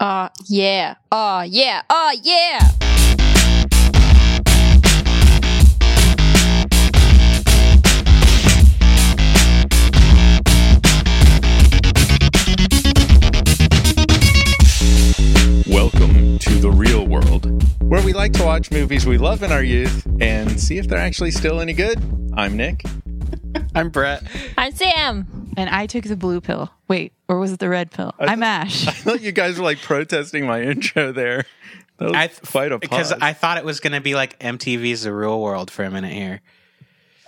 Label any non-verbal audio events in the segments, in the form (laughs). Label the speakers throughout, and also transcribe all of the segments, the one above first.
Speaker 1: Oh, yeah. Oh, yeah. Oh, yeah.
Speaker 2: Welcome to the real world, where we like to watch movies we love in our youth and see if they're actually still any good. I'm Nick. (laughs)
Speaker 3: I'm (laughs) Brett.
Speaker 1: I'm Sam.
Speaker 4: And I took the blue pill. Wait, or was it the red pill? I'm
Speaker 2: (laughs)
Speaker 4: Ash.
Speaker 2: I thought you guys were like protesting my (laughs) intro there. That was
Speaker 3: I th-
Speaker 2: quite a
Speaker 3: Because
Speaker 2: pause.
Speaker 3: I thought it was going to be like MTV's The Real World for a minute here.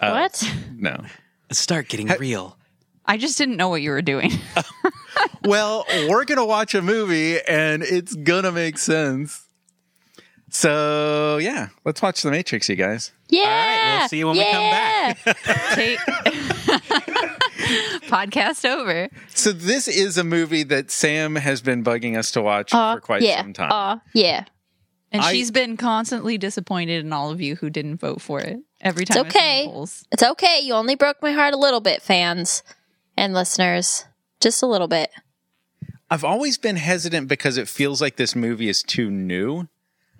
Speaker 3: Oh.
Speaker 1: what?
Speaker 2: no.
Speaker 3: Let's start getting real.
Speaker 4: I just didn't know what you
Speaker 2: (laughs)
Speaker 4: were doing.
Speaker 2: Well, we're gonna watch a movie and it's gonna make sense. So yeah, let's watch The Matrix, you guys.
Speaker 1: Yeah.
Speaker 3: right, we'll see you when we come back.
Speaker 1: come back.
Speaker 4: Take- (laughs) Podcast over.
Speaker 2: So this is a movie that Sam has been bugging us to watch for quite
Speaker 1: Uh, yeah.
Speaker 2: some time.
Speaker 1: Oh, yeah.
Speaker 4: And
Speaker 2: I-
Speaker 4: she's been constantly disappointed in all of you who didn't vote for it every time. it's in the
Speaker 1: okay.
Speaker 4: polls.
Speaker 1: It's okay. You only broke my heart a little bit, fans and listeners. Just a little bit.
Speaker 2: I've always been hesitant because it feels like this movie is too new.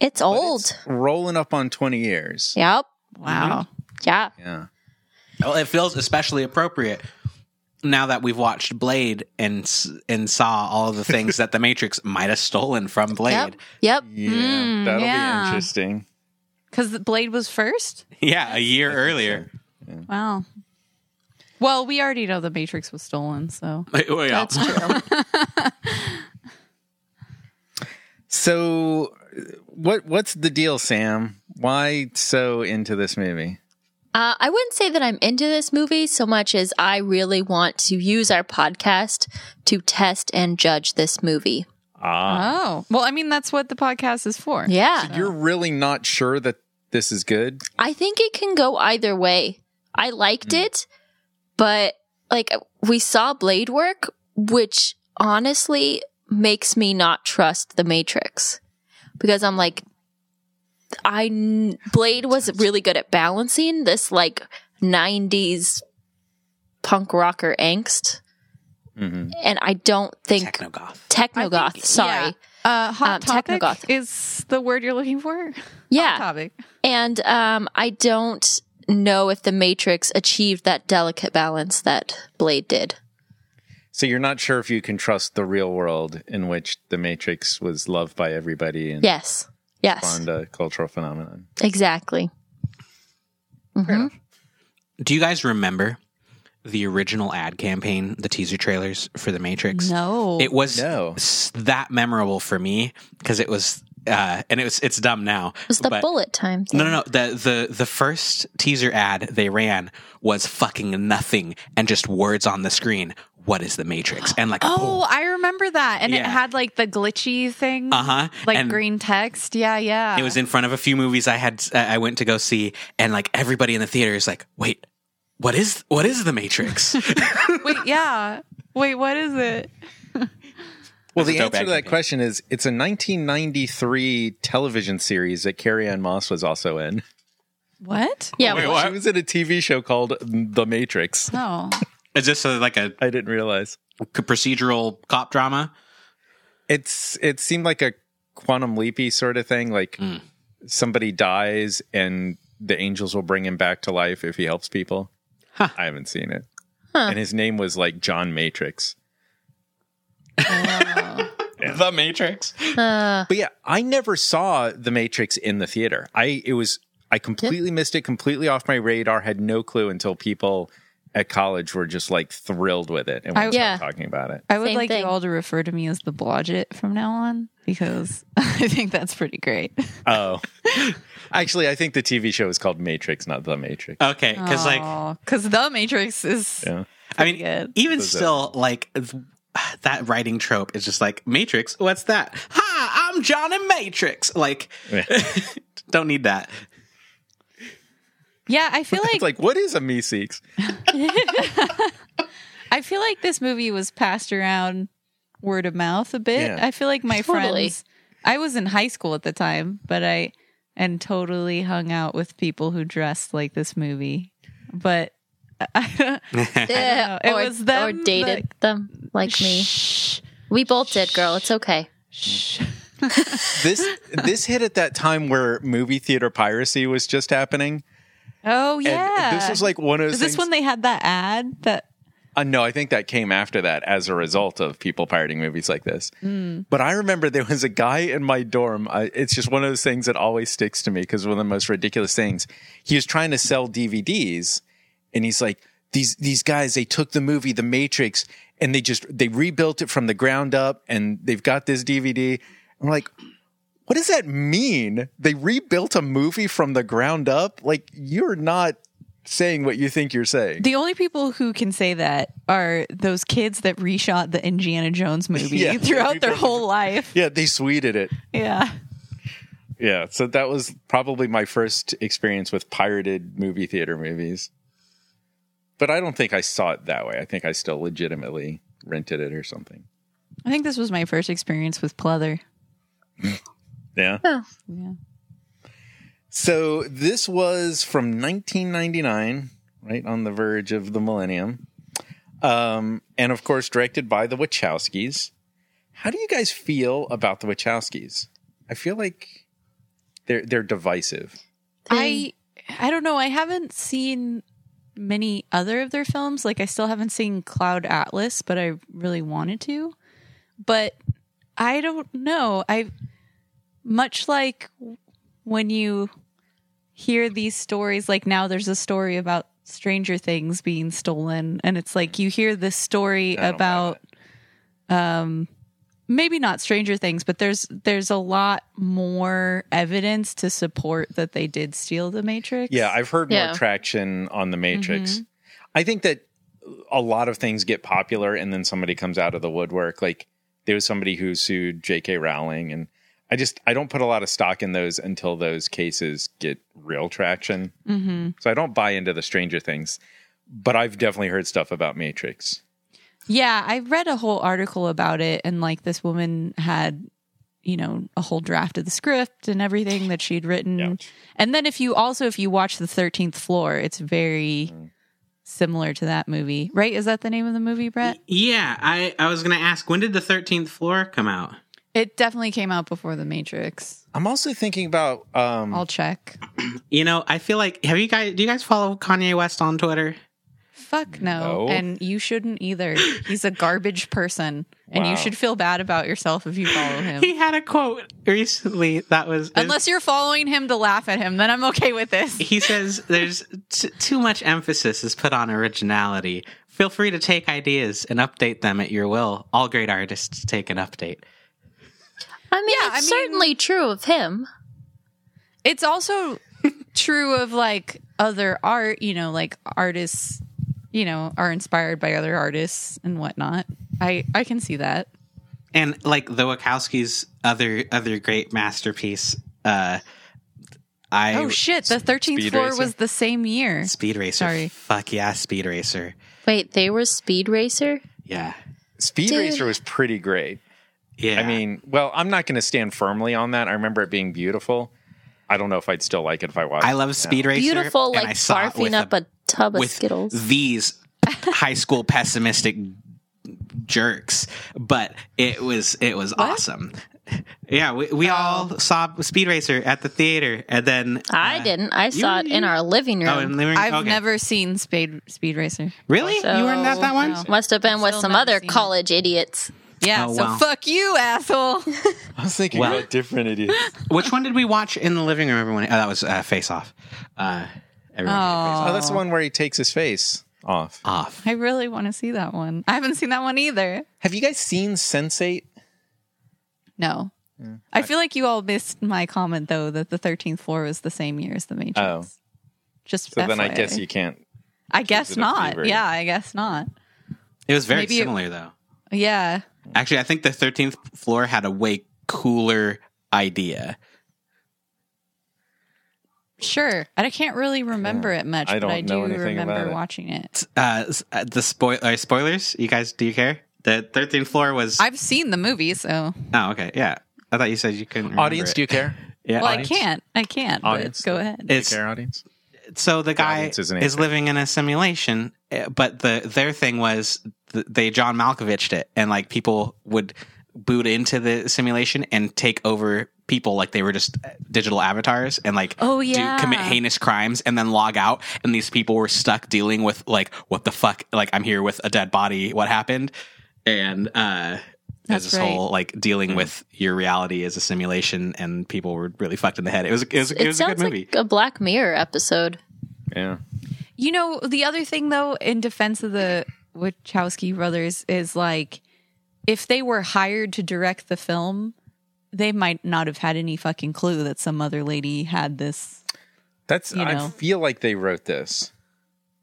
Speaker 1: It's old.
Speaker 2: Rolling up on twenty years.
Speaker 1: Yep.
Speaker 2: Mhm.
Speaker 4: Wow.
Speaker 1: Yeah.
Speaker 2: Yeah.
Speaker 3: (laughs) Well, it feels especially appropriate now that we've watched Blade and s- and saw all the things that The Matrix might have stolen from Blade.
Speaker 1: Yep. Yep.
Speaker 2: Yeah.
Speaker 4: Mm,
Speaker 2: That'll
Speaker 4: yeah.
Speaker 2: be interesting.
Speaker 4: Because the Blade was first?
Speaker 3: Yeah, a year earlier.
Speaker 4: Wow. Well, we already know the Matrix was stolen, so.
Speaker 3: Oh, yeah.
Speaker 1: That's true.
Speaker 2: So what what's the deal, Sam? Why so into this movie?
Speaker 1: Uh, I wouldn't say that I'm into this movie so much as I really want to use our podcast to test and judge this movie.
Speaker 2: Ah.
Speaker 4: Oh. Well, I mean, that's what the podcast is for.
Speaker 1: Yeah.
Speaker 2: You're really not sure that this is good?
Speaker 1: I think it can go either way. I liked it, but like we saw Blade work, which honestly makes me not trust the Matrix because I'm like, I kn- Blade was really good at balancing this like 90s punk rocker angst,
Speaker 2: Mm-hmm.
Speaker 1: and I don't think
Speaker 3: Techno goth.
Speaker 4: I
Speaker 1: technogoth.
Speaker 4: think-
Speaker 1: sorry,
Speaker 4: yeah. Uh, hot
Speaker 1: Um,
Speaker 4: topic
Speaker 1: Technogoth. Uh,
Speaker 4: is the word you're looking for. Hot
Speaker 1: yeah.
Speaker 4: topic.
Speaker 1: And um, I don't know if the Matrix achieved that delicate balance that Blade did.
Speaker 2: So you're not sure if you can trust the real world in which the Matrix was loved by everybody and
Speaker 1: Yes. Yes.
Speaker 2: spawned a cultural phenomenon.
Speaker 1: Exactly.
Speaker 3: Do you guys remember the original ad campaign, the teaser trailers for The Matrix?
Speaker 4: No.
Speaker 3: It was
Speaker 2: No.
Speaker 3: s- that memorable for me because it was, uh, and it was. It's dumb now.
Speaker 1: It was the
Speaker 3: but-
Speaker 1: bullet time thing.
Speaker 3: No, no, no. The the the first teaser ad they ran was fucking nothing and just words on the screen. What is the Matrix? And like,
Speaker 4: Oh, I remember that. And it
Speaker 3: Yeah.
Speaker 4: had like the glitchy thing.
Speaker 3: uh huh.
Speaker 4: Like
Speaker 3: and
Speaker 4: green text. Yeah, yeah.
Speaker 3: It was in front of a few movies I had uh, I went to go see, and like everybody in the theater is like, wait. What is what is the Matrix?
Speaker 4: Wait, yeah. Wait, what is it?
Speaker 2: Well,
Speaker 3: That's
Speaker 2: the answer
Speaker 3: a dope
Speaker 2: to
Speaker 3: ad
Speaker 2: that
Speaker 3: campaign.
Speaker 2: question is it's a 1993 television series that Carrie Ann Moss was also in.
Speaker 4: What?
Speaker 1: Yeah.
Speaker 3: Wait,
Speaker 1: well,
Speaker 3: what?
Speaker 2: She was in a TV show called The Matrix.
Speaker 4: No.
Speaker 3: Is this a, like a
Speaker 2: I didn't realize.
Speaker 3: procedural cop drama?
Speaker 2: It's it seemed like a quantum leapy sort of thing like somebody dies and the angels will bring him back to life if he helps people. I haven't seen it. And his name was like John Matrix.
Speaker 3: The Matrix.
Speaker 2: But yeah, I never saw The Matrix in the theater. I it was I completely missed it, completely off my radar, had no clue until people at college were just like thrilled with it and we
Speaker 4: I-
Speaker 2: started
Speaker 1: Yeah.
Speaker 2: talking about it.
Speaker 4: I would
Speaker 1: Same
Speaker 4: like
Speaker 1: thing.
Speaker 4: you all to refer to me as the Blodget from now on because (laughs) I think that's
Speaker 3: (laughs)
Speaker 4: pretty great.
Speaker 2: Oh. (laughs) Actually, I think the TV show is called Matrix, not The
Speaker 4: (laughs)
Speaker 2: Matrix.
Speaker 3: Okay, because like
Speaker 4: because the Matrix is
Speaker 2: Yeah.
Speaker 3: I mean,
Speaker 4: good.
Speaker 3: even
Speaker 2: Those are-
Speaker 3: still, like th- that writing trope is just like Matrix. What's that? Hi, I'm John in Matrix. Like, (laughs) don't
Speaker 2: (laughs)
Speaker 3: need that.
Speaker 4: yeah.
Speaker 3: (laughs)
Speaker 4: I feel like,
Speaker 2: It's like, what is a Meeseeks?
Speaker 4: I feel like this movie was passed around word of mouth a bit.
Speaker 2: Yeah.
Speaker 4: I feel like my
Speaker 1: Totally.
Speaker 4: friends. I was in high school at the time, but I and totally hung out with people who dressed like this movie, but. (laughs) I don't,
Speaker 1: yeah,
Speaker 4: It
Speaker 1: or,
Speaker 4: was them
Speaker 1: or dated them like me.
Speaker 4: Shh.
Speaker 1: We both did, girl. It's okay.
Speaker 4: Shh.
Speaker 2: this this hit at that time where movie theater piracy was just happening.
Speaker 4: Oh
Speaker 2: And
Speaker 4: yeah.
Speaker 2: this was like one of those
Speaker 4: Is this
Speaker 2: things-
Speaker 4: when they had that ad that
Speaker 2: Uh, no, I think that came after that as a result of people pirating movies like this. But I remember there was a guy in my dorm. I, it's just one of those things that always sticks to me because one of the most ridiculous things. He was trying to sell DVDs, and he's like, "These these guys, they took the movie The Matrix and they just they rebuilt it from the ground up, and they've got this DVD." And we're like, "What does that mean? They rebuilt a movie from the ground up? Like you're not saying what you think you're saying."
Speaker 4: the only people who can say that are those kids that reshot the Indiana Jones
Speaker 2: (laughs)
Speaker 4: movie
Speaker 2: Yeah.
Speaker 4: throughout their whole life.
Speaker 2: yeah, they sweeted it.
Speaker 4: Yeah.
Speaker 2: Yeah, so that was probably my first experience with pirated movie theater movies. But I don't think I saw it that way. I think I still legitimately rented it or something.
Speaker 4: I think this was my first experience with pleather.
Speaker 2: Yeah.
Speaker 4: Yeah.
Speaker 2: So this was from 1999, right on the verge of the millennium. Um, and of course, directed by the Wachowskis. How do you guys feel about the Wachowskis? I feel like they're they're divisive.
Speaker 4: I I don't know. I haven't seen many other of their films. Like I still haven't seen Cloud Atlas, but I really wanted to. But I don't know. I much like when you hear these stories like now there's a story about Stranger Things being stolen and it's like you hear this story
Speaker 2: I don't buy
Speaker 4: about um maybe not Stranger Things, but there's there's a lot more evidence to support that they did steal the Matrix.
Speaker 2: Yeah, I've heard
Speaker 1: Yeah. Mm-hmm.
Speaker 2: more traction on the Matrix. I think that a lot of things get popular and then somebody comes out of the woodwork. Like there was somebody who sued J.K. Rowling, and I just I don't put a lot of stock in those until those cases get real traction.
Speaker 4: mm-hmm.
Speaker 2: So I don't buy into the Stranger Things, but I've definitely heard stuff about Matrix.
Speaker 4: Yeah, I read a whole article about it, and like this woman had, you know, a whole draft of the script and everything that she'd written.
Speaker 2: Ouch.
Speaker 4: And then if you also if you watch the Thirteenth Floor, it's very similar to that movie, right? Is that the name of the movie, Brett?
Speaker 3: Yeah, I, I was going to ask when did the 13th floor come out?
Speaker 4: It definitely came out before The Matrix.
Speaker 2: I'm also thinking about um,
Speaker 1: Oh,
Speaker 4: I'll check.
Speaker 3: You know, I feel like have you guys do you guys follow Kanye West on Twitter?
Speaker 4: Fuck no.
Speaker 2: No.
Speaker 4: And you shouldn't either. He's a garbage person. And
Speaker 2: Wow.
Speaker 4: you should feel bad about yourself if you
Speaker 2: (laughs)
Speaker 4: follow him.
Speaker 3: He had a quote recently that was
Speaker 4: Unless you're following him to laugh at him, then I'm okay with this.
Speaker 3: he says there's t- too much emphasis is put on originality. Feel free to take ideas and update them at your will. All great artists take an update.
Speaker 1: I mean,
Speaker 4: Yeah,
Speaker 1: it's
Speaker 4: I mean-
Speaker 1: certainly true of him.
Speaker 4: it's also true of like other art you know like artists you know are inspired by other artists and whatnot i i can see that
Speaker 3: and like the Wachowskis' other other great masterpiece, uh, I
Speaker 4: oh shit the 13th
Speaker 2: Speed
Speaker 4: floor
Speaker 2: Racer.
Speaker 4: was the same year
Speaker 3: Speed Racer.
Speaker 4: Sorry.
Speaker 3: Fuck yeah, Speed Racer.
Speaker 1: Wait, they were Speed Racer?
Speaker 3: Yeah,
Speaker 2: Speed
Speaker 1: Dude.
Speaker 2: Racer was pretty great.
Speaker 3: yeah.
Speaker 2: I mean, well, I'm not going to stand firmly on that. I remember it being beautiful. I don't know if I'd still like it if I watched.
Speaker 3: I
Speaker 2: it now.
Speaker 3: love Speed Racer.
Speaker 1: Beautiful,
Speaker 3: and I
Speaker 1: like
Speaker 3: saw it with
Speaker 1: barfing up a, tub of
Speaker 3: with uh,
Speaker 1: Skittles.
Speaker 3: these high school pessimistic jerks, but it was it was awesome. Yeah, we, we all saw Speed Racer at the theater, and then
Speaker 1: I didn't. I saw it in our living room.
Speaker 3: oh, and they were,
Speaker 4: i've
Speaker 3: okay.
Speaker 4: never seen speed speed racer
Speaker 3: really you were not
Speaker 1: So-
Speaker 3: that one.
Speaker 4: No.
Speaker 1: Must have been with
Speaker 4: Still
Speaker 1: some
Speaker 4: never
Speaker 1: other
Speaker 4: seen it.
Speaker 1: college idiots.
Speaker 4: yeah
Speaker 3: Oh,
Speaker 4: so
Speaker 3: wow.
Speaker 4: fuck you
Speaker 2: (laughs)
Speaker 4: asshole
Speaker 2: I was thinking
Speaker 3: Well-
Speaker 2: about different idiots.
Speaker 3: Which one did we watch in the living room? Everyone, oh, that was uh, Face Off. Uh, everyone hated
Speaker 2: (laughs)
Speaker 3: Face
Speaker 2: Oh, that's the one where he takes his face off.
Speaker 3: Off.
Speaker 4: i really want to see that one i haven't seen that one either
Speaker 2: Have you guys seen Sensate?
Speaker 4: no I feel like you all missed my comment though that the 13th floor was the same year as the Matrix.
Speaker 2: Oh.
Speaker 4: Just
Speaker 2: So then I
Speaker 4: FYI.
Speaker 2: guess you can't.
Speaker 4: I guess
Speaker 2: it a
Speaker 4: not.
Speaker 2: fever.
Speaker 4: Yeah, I guess not.
Speaker 3: It was very
Speaker 4: Maybe it-
Speaker 3: similar, though.
Speaker 4: Yeah.
Speaker 3: Actually, I think the thirteenth floor had a way cooler idea.
Speaker 4: Sure. And I can't really remember it much,
Speaker 2: I
Speaker 4: but I
Speaker 2: don't know
Speaker 4: do
Speaker 2: anything
Speaker 4: remember
Speaker 2: about it.
Speaker 4: watching it.
Speaker 3: Uh, s- uh, the spoil uh, spoilers. You guys, do you care? The thirteenth floor was.
Speaker 4: I've seen the movie, so
Speaker 3: oh, okay. Yeah, I thought you said you couldn't. Remember
Speaker 2: Audience,
Speaker 3: it.
Speaker 2: do you care? (laughs)
Speaker 3: yeah.
Speaker 4: well I
Speaker 2: audience?
Speaker 4: can't. I can't, but
Speaker 2: Audience.
Speaker 4: go ahead.
Speaker 2: Do you
Speaker 3: It's-
Speaker 2: care, audience?
Speaker 3: so the guy
Speaker 2: audience
Speaker 3: is,
Speaker 2: isn't answering.
Speaker 3: living in a simulation eh, uh, but the their thing was th- they john malkovich it and like people would boot into the simulation and take over people like they were just eh, digital avatars and like
Speaker 4: Oh, yeah.
Speaker 3: do commit heinous crimes and then log out and these people were stuck dealing with like what the fuck like I'm here with a dead body what happened and uh there's
Speaker 4: That's
Speaker 3: this whole like dealing with your reality as a simulation and people were really fucked in the head it was it was, it
Speaker 1: It
Speaker 3: was a
Speaker 1: sounds
Speaker 3: good movie
Speaker 1: like a Black Mirror episode.
Speaker 2: Yeah.
Speaker 4: You know, the other thing though, in defense of the Wachowski brothers, is like if they were hired to direct the film, they might not have had any fucking clue that some other lady had this.
Speaker 2: That's
Speaker 4: You
Speaker 2: I
Speaker 4: know.
Speaker 2: feel like they wrote this.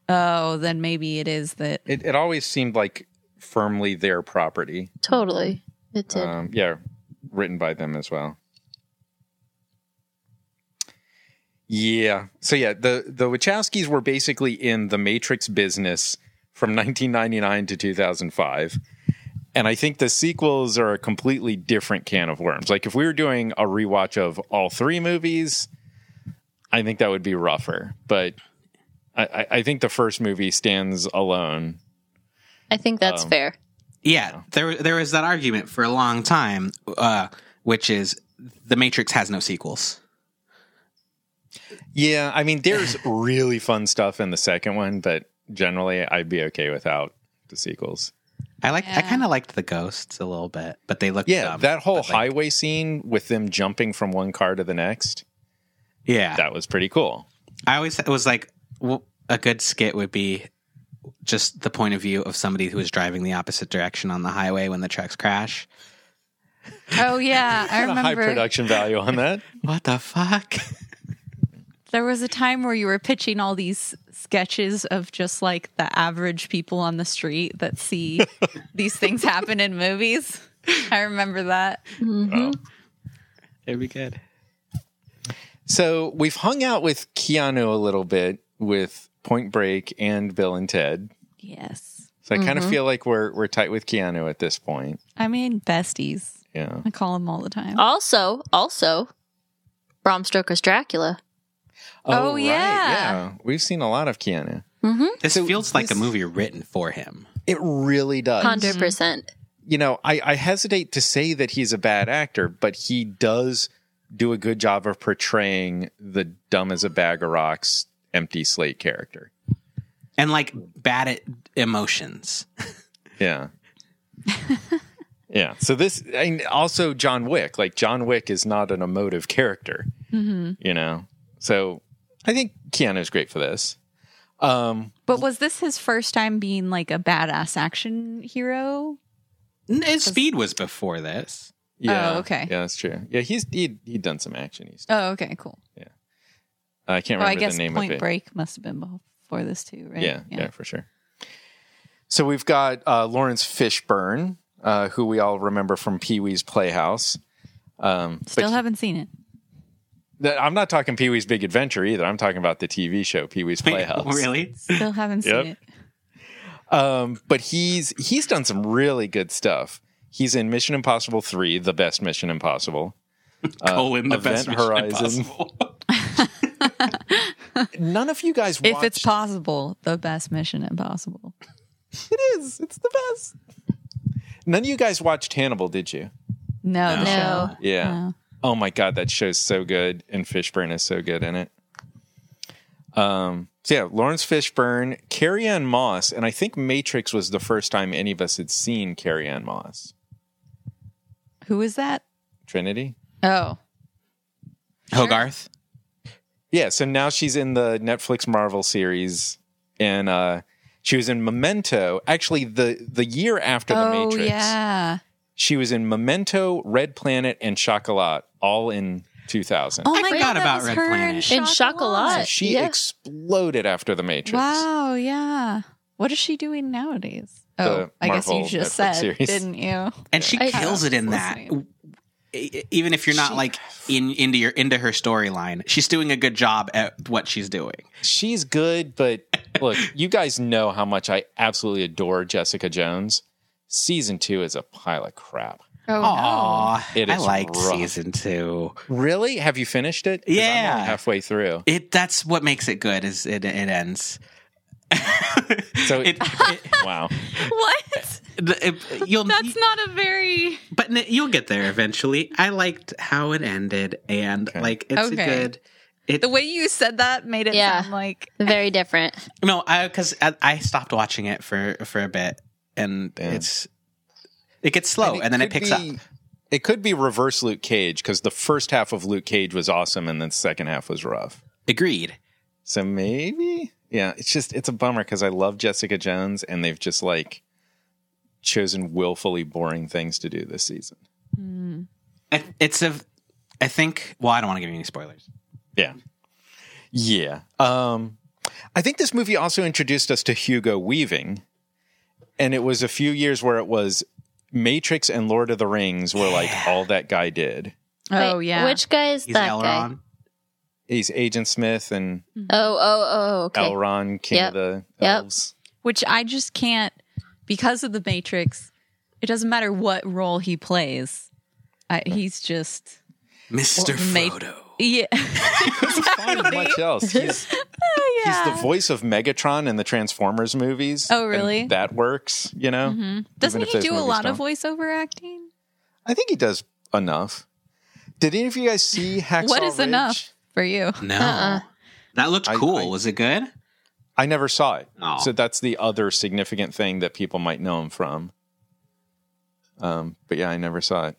Speaker 4: Oh, then maybe it is that.
Speaker 2: (laughs) It it always seemed like firmly their property.
Speaker 1: Totally. It did.
Speaker 3: Uh,
Speaker 2: Um, yeah, written by them as well. Yeah. So yeah, the the Wachowskis were basically in the Matrix business from 1999 to 2005. And I think the sequels are a completely different can of worms. Like if we were doing a rewatch of all three movies, I think that would be rougher. But I, I- I think the first movie stands alone.
Speaker 1: I think that's
Speaker 2: um,
Speaker 1: fair.
Speaker 3: Yeah, there there was that argument for a long time, uh, which is the Matrix has no sequels.
Speaker 2: Yeah, I mean, there's really fun stuff in the second one, but generally, I'd be okay without the sequels.
Speaker 3: I like I
Speaker 4: Yeah.
Speaker 3: kind of liked the ghosts a little bit, but they looked
Speaker 2: Yeah,
Speaker 3: dumb.
Speaker 2: that whole
Speaker 3: But, like,
Speaker 2: highway scene with them jumping from one car to the next,
Speaker 3: yeah.
Speaker 2: that was pretty cool.
Speaker 3: I always was like w- a good skit would be just the point of view of somebody who is driving the opposite direction on the highway when the trucks crash.
Speaker 4: Oh yeah, I
Speaker 2: Got a high
Speaker 4: remember.
Speaker 2: production value on that.
Speaker 3: What the fuck?
Speaker 4: There was a time where you were pitching all these sketches of just like the average people on the street
Speaker 2: (laughs)
Speaker 4: that see these things happen in movies. I remember that.
Speaker 3: It'd be good.
Speaker 2: (laughs) So we've hung out with Keanu a little bit with Point Break and Bill and Ted.
Speaker 4: Yes.
Speaker 2: So I kind
Speaker 4: Mm-hmm.
Speaker 2: of feel like we're we're tight with Keanu at this point.
Speaker 4: I mean, besties.
Speaker 2: Yeah.
Speaker 4: I call them all the time.
Speaker 1: Also, also, Bram Stoker's Dracula.
Speaker 4: Oh,
Speaker 2: right,
Speaker 4: yeah.
Speaker 2: yeah. We've seen a lot of Keanu.
Speaker 3: This
Speaker 2: So
Speaker 3: feels like a
Speaker 2: this-
Speaker 3: movie written for him.
Speaker 2: It really does.
Speaker 1: 100%.
Speaker 2: you know, I, I hesitate to say that he's a bad actor, but he does do a good job of portraying the dumb as a bag of rocks, empty slate character.
Speaker 3: And like bad at emotions.
Speaker 4: (laughs)
Speaker 2: Yeah. yeah. So this, and also John Wick, like John Wick is not an emotive character,
Speaker 4: Mm-hmm.
Speaker 2: you know? So I think Keanu's great for this. Um,
Speaker 4: But was this his first time being like a badass action hero?
Speaker 3: N- His speed was before this.
Speaker 2: yeah.
Speaker 4: Oh, okay.
Speaker 2: Yeah, that's true. Yeah, he's he he'd done some action. He's,
Speaker 4: Oh, okay, cool.
Speaker 2: I can't
Speaker 4: Oh,
Speaker 2: remember
Speaker 4: I guess
Speaker 2: the name
Speaker 4: Point
Speaker 2: of it.
Speaker 4: Break must have been before this too, right?
Speaker 2: Yeah, yeah, for sure. So we've got uh, Lawrence Fishburne, uh, who we all remember from Pee Wee's Playhouse. Um, but
Speaker 4: Still haven't seen it.
Speaker 2: th- I'm not talking Pee Wee's Big Adventure either. I'm talking about the TV show Pee
Speaker 4: (laughs)
Speaker 2: Wee's Playhouse.
Speaker 3: (laughs) really?
Speaker 4: Still haven't seen
Speaker 2: Yep.
Speaker 4: it.
Speaker 2: Um, but he's he's done some really good stuff. He's in Mission Impossible Three, the best Mission Impossible.
Speaker 3: Colon, the
Speaker 2: uh, Event
Speaker 3: best Mission
Speaker 2: Horizon.
Speaker 3: Impossible.
Speaker 2: None of you guys
Speaker 4: If
Speaker 2: watched.
Speaker 4: it's possible, the best Mission Impossible.
Speaker 2: it is. It's the best. None of you guys watched Hannibal, did you?
Speaker 4: No,
Speaker 3: No.
Speaker 4: the show.
Speaker 2: Yeah.
Speaker 4: No.
Speaker 2: Oh my god, that show's so good, and Fishburne is so good in it. Um, so yeah, Lawrence Fishburne, Carrie Ann Moss, and I think Matrix was the first time any of us had seen Carrie Ann Moss.
Speaker 4: Who is that?
Speaker 2: Trinity.
Speaker 4: Oh,
Speaker 3: Hogarth.
Speaker 2: Yeah, so now she's in the Netflix Marvel series, and uh, she was in Memento. Actually, the the year after the
Speaker 4: oh
Speaker 2: Matrix,
Speaker 4: yeah.
Speaker 2: she was in Memento, Red Planet, and Chocolat, all in two thousand.
Speaker 4: Oh
Speaker 3: I
Speaker 4: my
Speaker 3: forgot
Speaker 4: god, that
Speaker 3: about
Speaker 4: was
Speaker 3: Red
Speaker 4: her
Speaker 3: Planet.
Speaker 4: In
Speaker 1: In
Speaker 2: So
Speaker 1: Chocolat.
Speaker 4: Chocolat.
Speaker 2: she
Speaker 1: yeah.
Speaker 2: exploded after the Matrix.
Speaker 4: Wow, yeah. What is she doing nowadays? Oh,
Speaker 2: The
Speaker 4: I guess you
Speaker 2: Marvel
Speaker 4: just
Speaker 2: Netflix
Speaker 4: said,
Speaker 2: series.
Speaker 4: didn't you?
Speaker 3: and she
Speaker 1: I-
Speaker 3: kills it in that.
Speaker 4: Listening.
Speaker 3: E- Even if you're not like in into your into her storyline, she's doing a good job at what she's doing.
Speaker 2: she's good, but
Speaker 3: (laughs)
Speaker 2: look, you guys know how much I absolutely adore Jessica Jones. Season two is a pile of crap.
Speaker 4: Oh,
Speaker 3: Aw,
Speaker 2: It
Speaker 3: I
Speaker 2: is
Speaker 3: liked
Speaker 2: rough.
Speaker 3: season two.
Speaker 2: Really? Have you finished it? 'Cause I'm
Speaker 3: Yeah.
Speaker 2: only halfway through.
Speaker 3: It that's what makes it good is it it ends. (laughs)
Speaker 2: So- (laughs)
Speaker 3: it, it-
Speaker 2: Wow.
Speaker 3: (laughs)
Speaker 4: no. (laughs) What?
Speaker 3: the- if- you'll
Speaker 4: That's not a very
Speaker 3: but n- you'll get there eventually. I liked how it ended, and
Speaker 2: Okay.
Speaker 3: like it's a
Speaker 4: Okay.
Speaker 3: good. It,
Speaker 4: the way you said that made it
Speaker 1: Yeah.
Speaker 4: sound like
Speaker 1: Very different.
Speaker 3: no, I because I, I stopped watching it for for a bit, and
Speaker 2: Yeah.
Speaker 3: it's it gets slow, and, then it
Speaker 2: could
Speaker 3: picks
Speaker 2: be-
Speaker 3: up.
Speaker 2: It could be reverse Luke Cage because the first half of Luke Cage was awesome and then the second half was rough.
Speaker 3: Agreed.
Speaker 2: So maybe, yeah, it's just it's a bummer because I love Jessica Jones and they've just like chosen willfully boring things to do this season.
Speaker 4: Hmm.
Speaker 3: It, it's a. I think. Well, I don't want to give you any spoilers.
Speaker 2: Yeah. Yeah. Um I think this movie also introduced us to Hugo Weaving. And it was a few years where it was Matrix and Lord of the Rings were like all that guy did.
Speaker 4: oh
Speaker 1: Wait,
Speaker 4: yeah.
Speaker 1: Which guy is
Speaker 3: He's
Speaker 1: that guy?
Speaker 3: Elrond.
Speaker 2: He's Agent Smith and
Speaker 1: Oh, oh, oh, okay.
Speaker 2: Elrond, King
Speaker 1: Yep.
Speaker 2: of the
Speaker 1: Yep.
Speaker 2: Elves.
Speaker 4: which I just can't because of the Matrix. It doesn't matter what role he plays. I, he's just
Speaker 3: Mr.
Speaker 4: Well, Ma-
Speaker 3: Frodo.
Speaker 4: (laughs) yeah, (laughs)
Speaker 2: Not much else. He's,
Speaker 4: yeah.
Speaker 2: he's the voice of Megatron in the Transformers movies.
Speaker 4: Oh,
Speaker 2: and
Speaker 4: really? Mm-hmm.
Speaker 2: that works, you know?
Speaker 4: (laughs) Doesn't
Speaker 2: if
Speaker 4: he
Speaker 2: those
Speaker 4: do a
Speaker 2: movies
Speaker 4: lot of
Speaker 2: don't.
Speaker 4: voiceover acting?
Speaker 2: I think he does enough. Did any of you guys see Hacksaw
Speaker 4: what is
Speaker 2: Ridge?
Speaker 4: enough for you?
Speaker 3: No,
Speaker 1: Uh-uh.
Speaker 3: that looked
Speaker 2: I-
Speaker 3: cool.
Speaker 2: I-
Speaker 3: was it good?
Speaker 2: I never saw it.
Speaker 3: Oh.
Speaker 2: So that's the other significant thing that people might know him from. Um, but yeah, I never saw it.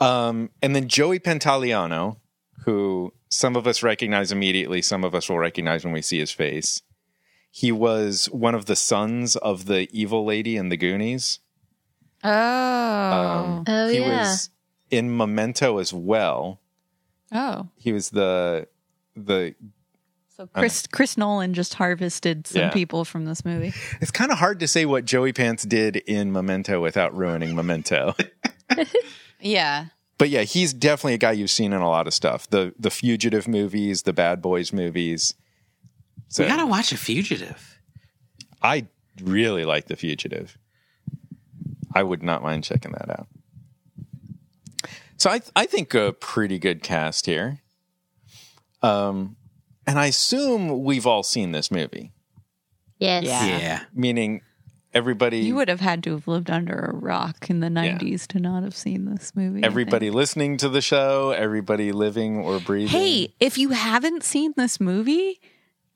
Speaker 2: Um, and then Joey Pantaleano, who some of us recognize immediately, some of us will recognize when we see his face. He was one of the sons of the evil lady in the Goonies.
Speaker 4: Oh,
Speaker 2: Um,
Speaker 1: Oh,
Speaker 2: he
Speaker 1: yeah.
Speaker 2: was in Memento as well.
Speaker 4: oh.
Speaker 2: He was the the
Speaker 4: So Chris Chris Nolan just harvested some
Speaker 2: Yeah.
Speaker 4: people from this movie.
Speaker 2: It's kind of hard to say what Joey Pants did in Memento without ruining Memento.
Speaker 4: (laughs) Yeah,
Speaker 2: But yeah, he's definitely a guy you've seen in a lot of stuff. The the fugitive movies, the Bad Boys movies. So
Speaker 3: We gotta watch a fugitive.
Speaker 2: I really like The Fugitive. I would not mind checking that out. So I I think a pretty good cast here. Um and I assume we've all seen this movie,
Speaker 1: yes.
Speaker 4: Yeah.
Speaker 3: Yeah,
Speaker 2: meaning everybody
Speaker 4: you would have had to have lived under a rock in the '90s to not have seen this movie. I think.
Speaker 2: everybody listening to the show, everybody living or breathing.
Speaker 4: Hey, if you haven't seen this movie,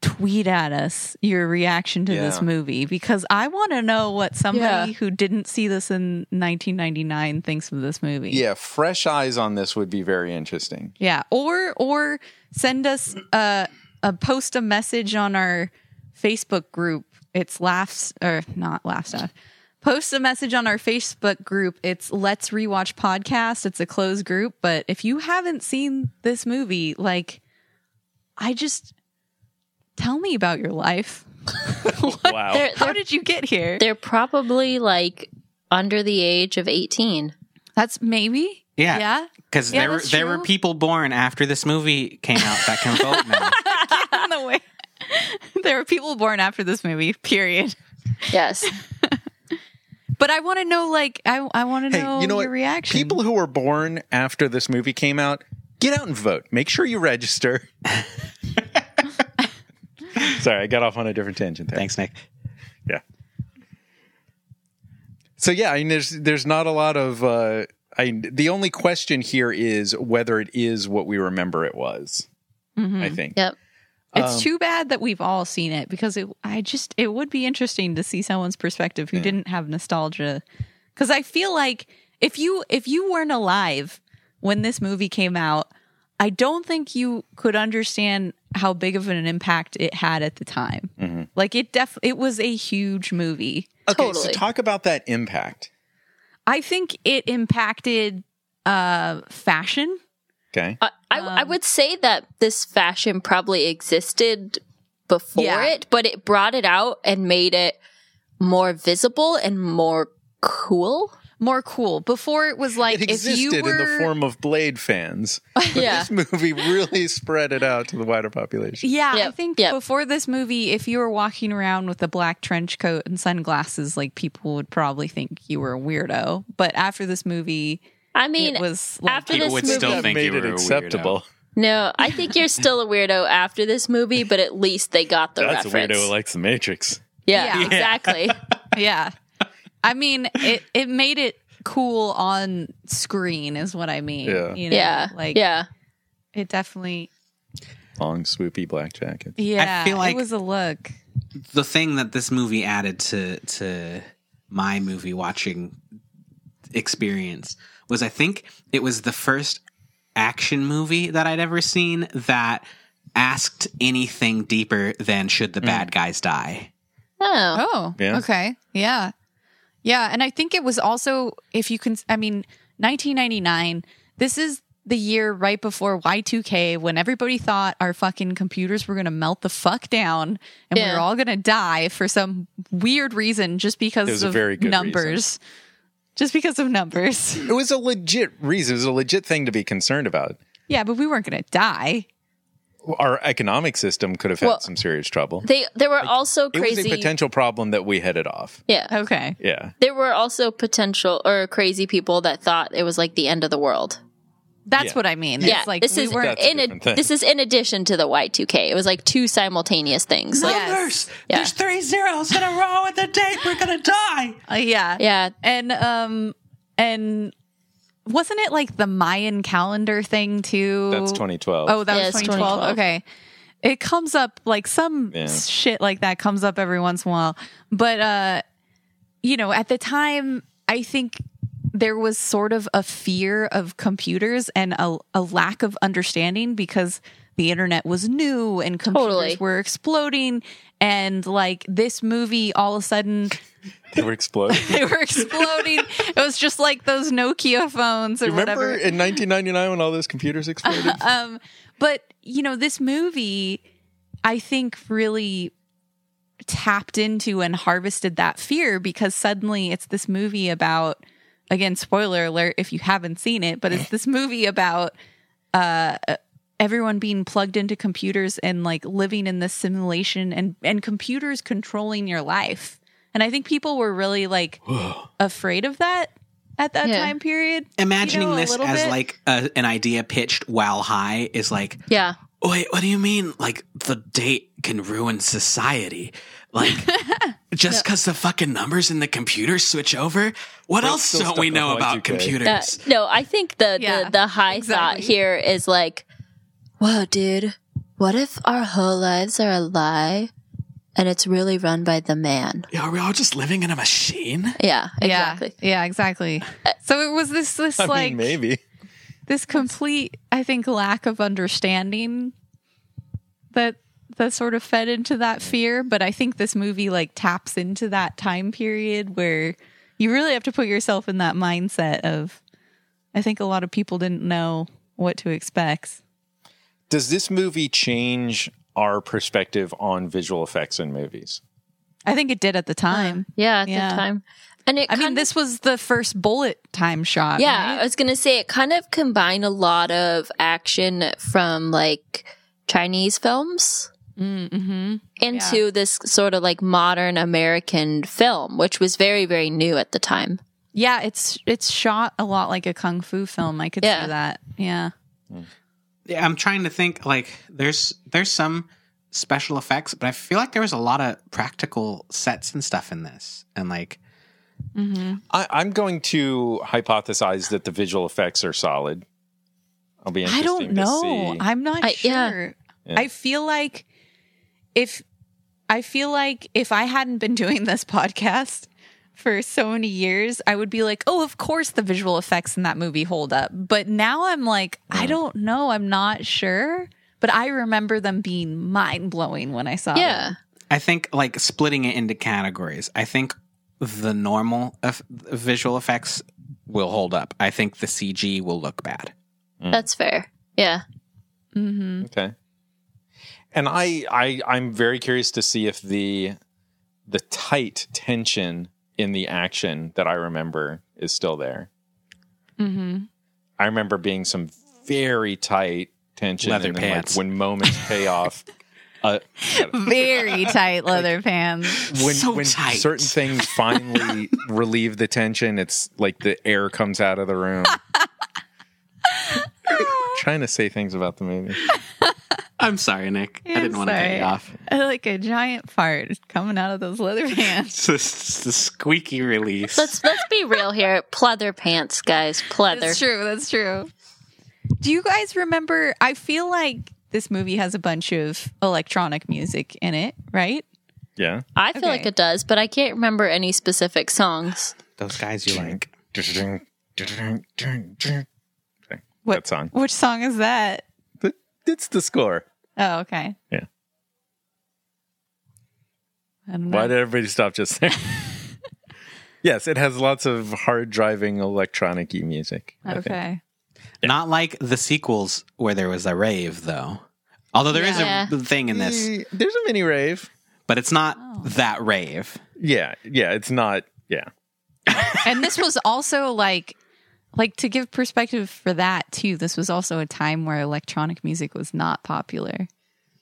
Speaker 4: tweet at us your reaction to
Speaker 2: Yeah.
Speaker 4: this movie because I want to know what somebody
Speaker 1: Yeah.
Speaker 4: who didn't see this in 1999 thinks of this movie.
Speaker 2: Yeah, fresh eyes on this would be very
Speaker 4: (laughs)
Speaker 2: interesting.
Speaker 4: Yeah, or or send us a, a post a message on our Facebook group. It's laughs or not laughs out. Post a message on our Facebook group. It's Let's Rewatch Podcast. It's a closed group, but if you haven't seen this movie, like I just tell me about your life.
Speaker 2: Wow.
Speaker 1: They're,
Speaker 4: How
Speaker 1: they're,
Speaker 4: did you get here?
Speaker 1: they're probably like under the age of 18.
Speaker 4: That's maybe.
Speaker 3: Yeah.
Speaker 4: Yeah.
Speaker 3: because
Speaker 4: Yeah,
Speaker 3: there were
Speaker 4: that's
Speaker 3: there were
Speaker 4: true.
Speaker 3: people born after this movie came out that can vote now.
Speaker 4: Get (laughs) in the way. (laughs) there were people born after this movie, period.
Speaker 1: Yes.
Speaker 4: But I want to know, like, I I want to
Speaker 2: Hey,
Speaker 4: know,
Speaker 2: you know
Speaker 4: your
Speaker 2: what?
Speaker 4: reaction.
Speaker 2: People who were born after this movie came out, get out and vote. Make sure you register. (laughs) Sorry, I got off on a different tangent there.
Speaker 3: Thanks, Nick.
Speaker 2: Yeah. So yeah, I mean, there's there's not a lot of. Uh, I the only question here is whether it is what we remember it was.
Speaker 4: Mm-hmm.
Speaker 2: I think.
Speaker 1: Yep.
Speaker 2: um,
Speaker 4: it's too bad that we've all seen it because it, I just it would be interesting to see someone's perspective who didn't have nostalgia. Because I feel like if you if you weren't alive when this movie came out, I don't think you could understand how big of an impact it had at the time.
Speaker 2: Mm-hmm.
Speaker 4: Like it def it was a huge movie.
Speaker 2: Okay, so
Speaker 1: Totally.
Speaker 2: talk about that impact.
Speaker 4: I think it impacted uh fashion.
Speaker 2: Okay.
Speaker 1: I, I,
Speaker 4: Um,
Speaker 1: I would say that this fashion probably existed before
Speaker 4: Yeah.
Speaker 1: it, but it brought it out and made it more visible and more cool.
Speaker 4: more cool. Before it was like
Speaker 2: It
Speaker 4: if you
Speaker 2: existed in
Speaker 4: were
Speaker 2: the form of Blade
Speaker 4: (laughs)
Speaker 2: fans.
Speaker 1: yeah.
Speaker 2: This movie really spread it out to the wider population.
Speaker 4: yeah, I
Speaker 1: Yep,
Speaker 4: think
Speaker 1: yep.
Speaker 4: before this movie, if you were walking around with a black trench coat and sunglasses, like people would probably think you were a weirdo. But after this movie,
Speaker 1: I mean,
Speaker 4: it was like,
Speaker 1: after this
Speaker 3: would
Speaker 1: movie,
Speaker 3: still
Speaker 2: That
Speaker 3: think
Speaker 2: made
Speaker 3: you
Speaker 2: it
Speaker 3: were a
Speaker 2: acceptable.
Speaker 3: weirdo.
Speaker 1: no, I think you're still a weirdo after this movie, but at least they got the
Speaker 2: That's a
Speaker 1: reference.
Speaker 2: weirdo who likes the Matrix.
Speaker 1: yeah,
Speaker 4: Yeah.
Speaker 1: exactly.
Speaker 4: yeah, I mean, it it made it cool on screen is what I mean.
Speaker 2: Yeah.
Speaker 4: (laughs) You know?
Speaker 1: yeah.
Speaker 4: Like
Speaker 1: yeah.
Speaker 4: it definitely
Speaker 2: Long swoopy black jacket.
Speaker 4: Yeah.
Speaker 3: feel like-
Speaker 4: it was a look.
Speaker 3: the thing that this movie added to to my movie watching experience was I think it was the first action movie that I'd ever seen that asked anything deeper than should the
Speaker 4: Mm.
Speaker 3: bad guys die.
Speaker 1: Oh.
Speaker 4: Oh.
Speaker 2: Yeah.
Speaker 4: Okay. Yeah. Yeah, and I think it was also if you can I mean 1999, this is the year right before Y2K when everybody thought our fucking computers were going to melt the fuck down and we
Speaker 1: Yeah.
Speaker 4: were all going to die for some weird reason just because
Speaker 2: It was a
Speaker 4: of
Speaker 2: very good
Speaker 4: numbers. Just because of numbers. (laughs)
Speaker 2: It was a legit reason. It was a legit thing to be concerned about.
Speaker 4: yeah, but we weren't going to die.
Speaker 2: Our economic system could have had
Speaker 1: Well,
Speaker 2: some serious trouble.
Speaker 1: They there were also
Speaker 2: It was
Speaker 1: crazy
Speaker 2: a potential problem that we headed off.
Speaker 1: Yeah.
Speaker 4: Okay.
Speaker 2: Yeah.
Speaker 1: There were also potential or crazy people that thought it was like the end of the world.
Speaker 4: That's
Speaker 2: Yeah.
Speaker 4: what I mean.
Speaker 1: Yeah,
Speaker 4: It's like
Speaker 1: this
Speaker 4: we
Speaker 1: is
Speaker 4: weren't
Speaker 2: That's a
Speaker 1: in a,
Speaker 2: different thing.
Speaker 1: this is in addition to the Y2K. It was like two simultaneous things. Like,
Speaker 4: Yes.
Speaker 3: Numbers!
Speaker 1: Yeah.
Speaker 3: There's three zeros in a row at the date we're gonna die.
Speaker 4: Uh, yeah.
Speaker 1: yeah,
Speaker 4: And um and wasn't it like the Mayan calendar thing too?
Speaker 2: That's 2012.
Speaker 4: Oh, that
Speaker 1: Yeah,
Speaker 4: was
Speaker 1: it's
Speaker 4: 2012.
Speaker 1: 2012.
Speaker 4: Okay. It comes up like some
Speaker 2: Yeah.
Speaker 4: shit like that comes up every once in a while. But uh you know, at the time I think there was sort of a fear of computers and a, a lack of understanding because the internet was new and computers
Speaker 1: Totally.
Speaker 4: were exploding and like this movie all of a sudden
Speaker 2: they were
Speaker 4: (laughs)
Speaker 2: exploding.
Speaker 4: they were exploding. it was just like those Nokia phones or
Speaker 2: Remember
Speaker 4: whatever.
Speaker 2: in 1999 when all those computers
Speaker 4: (laughs)
Speaker 2: exploded?
Speaker 4: Um, but you know, this movie, I think, really tapped into and harvested that fear because suddenly it's this movie about again spoiler alert if you haven't seen it but it's this movie about uh everyone being plugged into computers and like living in this simulation and and computers controlling your life and i think people were really like afraid of that at that
Speaker 1: Yeah.
Speaker 4: time period
Speaker 3: Imagining
Speaker 4: You know, a
Speaker 3: this
Speaker 4: little
Speaker 3: as
Speaker 4: bit.
Speaker 3: like a, an idea pitched while high is like
Speaker 1: yeah.
Speaker 3: Wait, what do you mean? Like the date can ruin society? Like just because the fucking numbers in the computer switch over? What else
Speaker 2: still
Speaker 3: don't we
Speaker 2: stuck
Speaker 3: know
Speaker 2: on
Speaker 3: about
Speaker 2: 1G.
Speaker 1: Uh,
Speaker 3: computers?
Speaker 1: no, I think the
Speaker 4: Yeah,
Speaker 1: the, the high
Speaker 4: exactly.
Speaker 1: thought here is like, whoa, dude, what if our whole lives are a lie, and it's really run by the man?
Speaker 3: Are we all just living in a machine?
Speaker 1: Yeah, exactly.
Speaker 4: Yeah, yeah exactly. So it was this this
Speaker 2: I
Speaker 4: like
Speaker 2: mean, maybe.
Speaker 4: this complete, I think, lack of understanding that that sort of fed into that fear. But I think this movie like taps into that time period where you really have to put yourself in that mindset of. I think a lot of people didn't know what to expect.
Speaker 2: Does this movie change our perspective on visual effects in movies?
Speaker 4: I think it did at the time.
Speaker 1: Yeah, at
Speaker 4: Yeah.
Speaker 1: the time, and it.
Speaker 4: I mean,
Speaker 1: kinda-
Speaker 4: this was the first bullet time shot.
Speaker 1: Yeah,
Speaker 4: right?
Speaker 1: I was gonna say it kind of combined a lot of action from like Chinese films
Speaker 4: Mm-hmm.
Speaker 1: into this sort of like modern American film, which was very, very new at the time.
Speaker 4: Yeah, it's it's shot a lot like a kung fu film. I could
Speaker 1: Yeah.
Speaker 4: see that. Yeah.
Speaker 3: Yeah, I'm trying to think like there's there's some special effects, but I feel like there was a lot of practical sets and stuff in this. And like
Speaker 2: I, I'm going to hypothesize that the visual effects are solid. I'll be
Speaker 4: I
Speaker 2: interesting
Speaker 4: don't
Speaker 2: to
Speaker 4: know.
Speaker 2: see.
Speaker 4: I'm not
Speaker 1: I- yeah.
Speaker 4: sure.
Speaker 2: Yeah.
Speaker 4: I feel like if I feel like if I hadn't been (laughs) doing this podcast for so many years, I would be like, "Oh, of course the visual effects in that movie hold up." But now I'm like, I don't know. I'm not sure. But I remember them being mind blowing when I saw
Speaker 1: yeah.
Speaker 4: them.
Speaker 3: I think like splitting it into categories. I think the normal eff- visual effects will hold up. I think the CG will look bad.
Speaker 1: That's fair. Yeah.
Speaker 2: Okay. And I, I, I'm very curious to see if the the tight tension in the action that I remember is still there.
Speaker 4: Mm-hmm.
Speaker 2: I remember being some very tight tension
Speaker 3: Leather
Speaker 2: and then, like,
Speaker 3: pants.
Speaker 2: when moments
Speaker 3: (laughs)
Speaker 2: pay off. Uh, (laughs)
Speaker 4: Very tight leather pants.
Speaker 2: when
Speaker 3: So
Speaker 2: when
Speaker 3: tight.
Speaker 2: certain things
Speaker 3: (laughs)
Speaker 2: finally relieve the tension, it's like the air comes out of the
Speaker 3: (laughs)
Speaker 2: room. Trying to say things about the movie.
Speaker 3: I'm sorry, Nick. I
Speaker 4: I'm
Speaker 3: didn't want to cut
Speaker 4: sorry.
Speaker 3: you off.
Speaker 4: I (laughs) like a giant fart coming out of those leather
Speaker 1: (laughs)
Speaker 3: It's
Speaker 4: pants.
Speaker 3: the, it's the squeaky release.
Speaker 1: Let's let's be real (laughs) here. Pleather pants, guys. Pleather.
Speaker 4: That's true. That's true. Do you guys remember? I feel like this movie has a bunch of electronic music in it, right?
Speaker 2: Yeah.
Speaker 1: I feel
Speaker 4: Okay.
Speaker 1: like it does, but I can't remember any specific songs.
Speaker 3: Those guys you (laughs) like.
Speaker 2: That
Speaker 4: What
Speaker 2: song.
Speaker 4: Which song is that?
Speaker 2: But It's the score.
Speaker 4: Oh, okay.
Speaker 2: Yeah.
Speaker 4: I don't know.
Speaker 2: Why did everybody stop just
Speaker 3: (laughs)
Speaker 2: there? yes, it has lots of hard driving electronic music. I think.
Speaker 4: okay.
Speaker 3: Not like the sequels where there was a rave, though. Although there is
Speaker 1: Yeah.
Speaker 3: a thing in this,
Speaker 2: Eh, There's a mini rave.
Speaker 3: but it's not
Speaker 4: Oh.
Speaker 3: that rave.
Speaker 2: Yeah. Yeah. It's not. Yeah.
Speaker 4: and this was also like like to give perspective for that too this was also a time where electronic music was not popular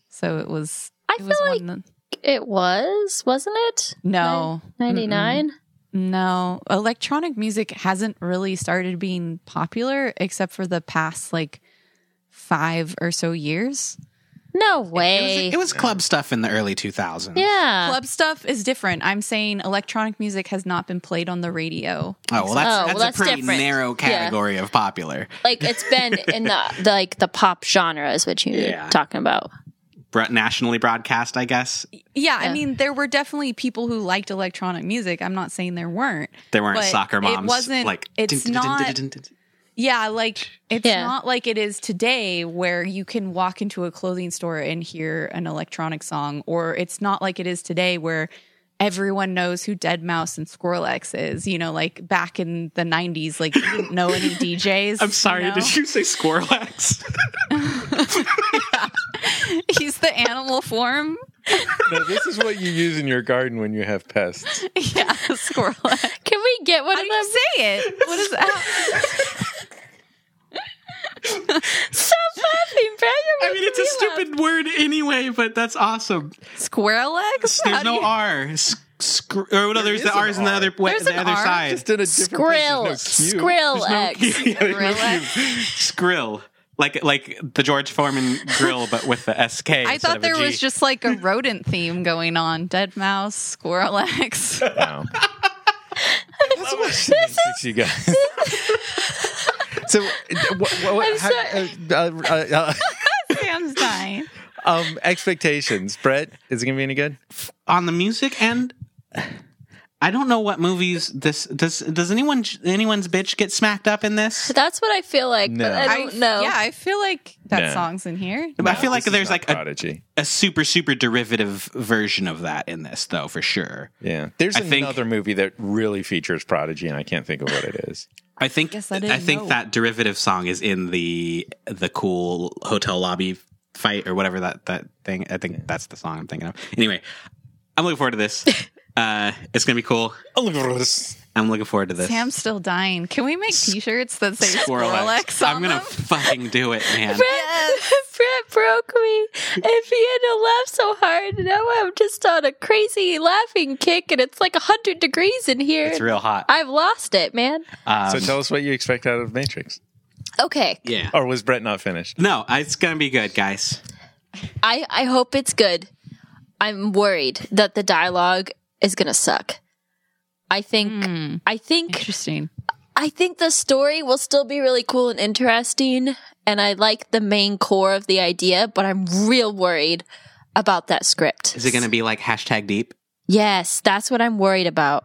Speaker 4: so it was
Speaker 1: I
Speaker 4: it
Speaker 1: feel
Speaker 4: was
Speaker 1: like
Speaker 4: one that-
Speaker 1: it was, wasn't it?
Speaker 4: no
Speaker 1: Ninety nine.
Speaker 4: no electronic music hasn't really started being popular except for the past like five or so years
Speaker 1: No
Speaker 3: It was,
Speaker 1: way.
Speaker 3: it was club stuff in the early 2000s.
Speaker 1: yeah.
Speaker 4: club stuff is different i'm saying electronic music has not been played on the radio
Speaker 3: Oh,
Speaker 1: Oh,
Speaker 3: well, that's,
Speaker 1: well,
Speaker 3: that's,
Speaker 1: that's
Speaker 3: a pretty
Speaker 1: different.
Speaker 3: narrow
Speaker 1: Yeah.
Speaker 3: category of popular.
Speaker 1: Like it's been in the, (laughs) the like the pop genre is what you're
Speaker 3: Yeah.
Speaker 1: talking about.
Speaker 3: Bro- nationally broadcast, I guess.
Speaker 4: yeah,
Speaker 1: Yeah.
Speaker 4: i mean there were definitely people who liked electronic music i'm not saying there weren't
Speaker 3: There weren't
Speaker 4: But
Speaker 3: soccer
Speaker 4: it
Speaker 3: moms.
Speaker 4: wasn't-
Speaker 3: like
Speaker 4: it's
Speaker 3: dun, dun, dun, dun,
Speaker 4: not-
Speaker 3: dun, dun, dun.
Speaker 4: Yeah, like it's
Speaker 1: Yeah.
Speaker 4: not like it is today where you can walk into a clothing store and hear an electronic song, or it's not like it is today where everyone knows who Dead Mouse and Skrillex is. You know, like back in the '90s, like you didn't know any DJs.
Speaker 3: I'm sorry,
Speaker 4: You know?
Speaker 3: did you say Squirrelax?
Speaker 4: (laughs) He's the animal form. (laughs)
Speaker 2: No, this is what you use in your garden when you have pests.
Speaker 4: Yeah, Skrillex.
Speaker 1: Can we get one
Speaker 4: How
Speaker 1: of
Speaker 4: do
Speaker 1: them?
Speaker 4: you say it? What is that?
Speaker 1: Stop laughing, Brad. You're
Speaker 3: I mean, it's a stupid word anyway, but that's awesome.
Speaker 4: Skrillex. How
Speaker 3: There's
Speaker 4: do
Speaker 3: no
Speaker 4: you-
Speaker 3: R. S- scr- or no, there's
Speaker 2: There
Speaker 3: the
Speaker 2: is an
Speaker 3: R's in the
Speaker 2: R.
Speaker 3: other way,
Speaker 4: There's
Speaker 3: the
Speaker 4: an
Speaker 3: other
Speaker 4: R.
Speaker 3: side.
Speaker 2: Just in a different place,
Speaker 1: Skrill.
Speaker 2: there's no Q.
Speaker 1: Skrill X.
Speaker 3: (laughs) Yeah, there's no
Speaker 4: Skrillex?
Speaker 3: Q. Skrill. Like like the George Foreman grill, but with the SK.
Speaker 4: I
Speaker 3: instead
Speaker 4: thought
Speaker 3: of a
Speaker 4: there
Speaker 3: G.
Speaker 4: was just like a rodent theme going on. Dead Mouse, Skrillex.
Speaker 1: (laughs)
Speaker 2: No. That's what she thinks, you guys. (laughs) So, what,
Speaker 1: I'm sorry.
Speaker 4: (laughs)
Speaker 2: uh,
Speaker 4: Sam's dying.
Speaker 2: um, expectations. Brett, is it going to be any good?
Speaker 3: on the music and I don't know what movies this does. Does anyone anyone's bitch get smacked up in this?
Speaker 1: That's what I feel like.
Speaker 2: No.
Speaker 1: But I don't know.
Speaker 4: Yeah,
Speaker 1: (laughs)
Speaker 4: I feel like that
Speaker 2: No.
Speaker 4: song's in here.
Speaker 3: I feel like
Speaker 2: This is
Speaker 3: there's
Speaker 2: not
Speaker 3: like a,
Speaker 2: prodigy.
Speaker 3: a super super derivative version of that in this though for sure.
Speaker 2: yeah. There's
Speaker 3: I think-
Speaker 2: another movie that really features prodigy, and I can't think of what it
Speaker 3: (laughs)
Speaker 2: is.
Speaker 3: I think
Speaker 4: Guess
Speaker 3: I,
Speaker 4: I didn't
Speaker 3: think
Speaker 4: know.
Speaker 3: that derivative song is in the the cool hotel lobby fight or whatever that that thing. I think that's the song I'm thinking of. Anyway, I'm looking forward to
Speaker 4: (laughs)
Speaker 3: this. uh, it's gonna be cool.
Speaker 2: Oh, look at this.
Speaker 3: I'm looking forward to this.
Speaker 4: Sam's still dying. Can we make T-shirts that say
Speaker 3: Skrillex.
Speaker 4: Skrillex? on
Speaker 3: I'm gonna
Speaker 4: them?
Speaker 3: (laughs) fucking do it, man.
Speaker 1: Brett, Brett broke me and he had to laugh so hard. Now I'm just on a crazy laughing kick and it's like 100 degrees in here.
Speaker 3: It's real hot.
Speaker 1: I've lost it, man.
Speaker 3: Um,
Speaker 2: So tell us what you expect out of Matrix.
Speaker 1: Okay.
Speaker 3: yeah.
Speaker 2: Or was Brett not finished?
Speaker 3: No, uh, it's gonna be good, guys.
Speaker 1: I, I hope it's good. I'm worried that the dialogue is going to suck. I think
Speaker 4: Hmm.
Speaker 1: I think
Speaker 4: Interesting.
Speaker 1: I think the story will still be really cool and interesting, and I like the main core of the idea, but I'm real worried about that script.
Speaker 3: Is it gonna be like hashtag deep?
Speaker 1: Yes, that's what I'm worried about.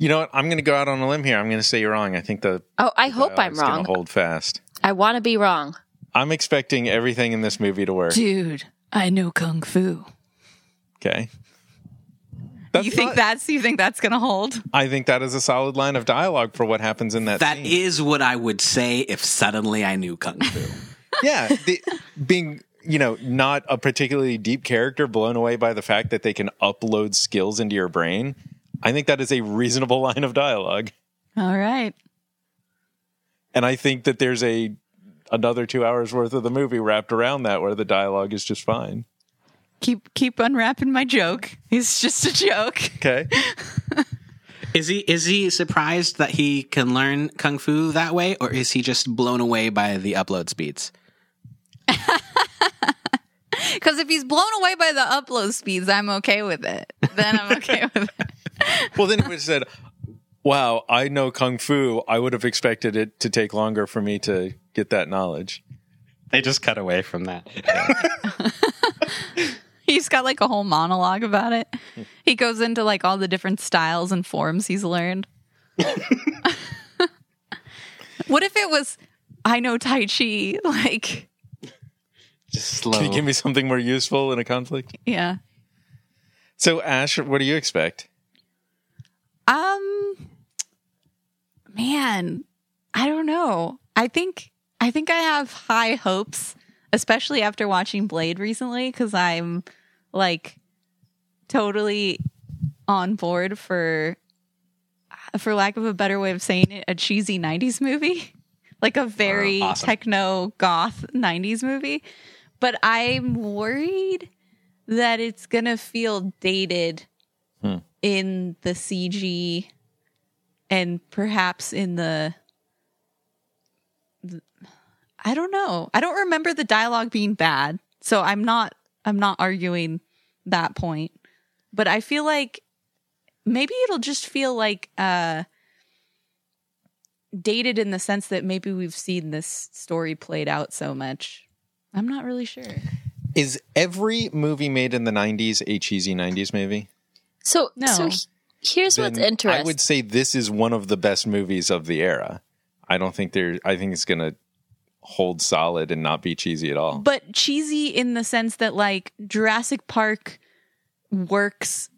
Speaker 2: You know what? I'm going to go out on a limb here. I'm going to say you're wrong. I think the
Speaker 1: Oh, I hope I'm
Speaker 2: dialogue's gonna
Speaker 1: wrong.
Speaker 2: Hold fast.
Speaker 1: I want to be wrong.
Speaker 2: I'm expecting everything in this movie to work.
Speaker 4: Dude, I know kung fu.
Speaker 2: Okay. That's
Speaker 4: you think
Speaker 2: not-
Speaker 4: that's you think that's gonna hold?
Speaker 2: I think that is a solid line of dialogue for what happens in that.
Speaker 3: That
Speaker 2: scene.
Speaker 3: is what I would say if suddenly I knew kung fu.
Speaker 2: yeah, the, being you know not a particularly deep character blown away by the fact that they can upload skills into your brain. I think that is a reasonable (laughs) line of dialogue,
Speaker 4: All right.
Speaker 2: and I think that there's a another two hours worth of the movie wrapped around that where the dialogue is just fine.
Speaker 4: Keep keep unwrapping my joke. It's just a (laughs) joke.
Speaker 2: Okay,
Speaker 3: is he is he surprised that he can learn kung fu that way, or is he just blown away by the upload speeds?
Speaker 4: Because if he's blown away by the upload speeds, I'm okay with it. Then I'm okay (laughs) with it.
Speaker 2: Well, then he would have said, Wow, I know Kung Fu. I would have expected it to take longer for me to get that knowledge.
Speaker 3: They just cut away from (laughs) that.
Speaker 4: He's got like a whole monologue about it. He goes into like all the different styles and forms he's learned. (laughs) what if it was, I know Tai Chi? (laughs) Like,
Speaker 3: just slow.
Speaker 2: Can you give me something more useful in a conflict?
Speaker 4: yeah.
Speaker 2: So, Ash, what do you expect?
Speaker 4: Um, man, I don't know. I think I think I have high hopes, especially after watching Blade recently, because I'm like totally on board for, for lack of a better way of saying it, a cheesy '90s movie, (laughs) like a very
Speaker 3: Oh, awesome.
Speaker 4: techno goth '90s movie. But I'm worried that it's gonna feel dated in the CG and perhaps in the I don't know. I don't remember the dialogue being bad. So I'm not I'm not arguing that point. But I feel like maybe it'll just feel like uh dated in the sense that maybe we've seen this story played out so much. I'm not really sure.
Speaker 2: Is every movie made in the 90s a cheesy 90s movie?
Speaker 1: So,
Speaker 4: No.
Speaker 1: so he- here's what's
Speaker 2: Then
Speaker 1: interesting.
Speaker 2: I would say this is one of the best movies of the era. I don't think there, I think it's going to hold solid and not be cheesy at all.
Speaker 4: but cheesy in the sense that like Jurassic Park works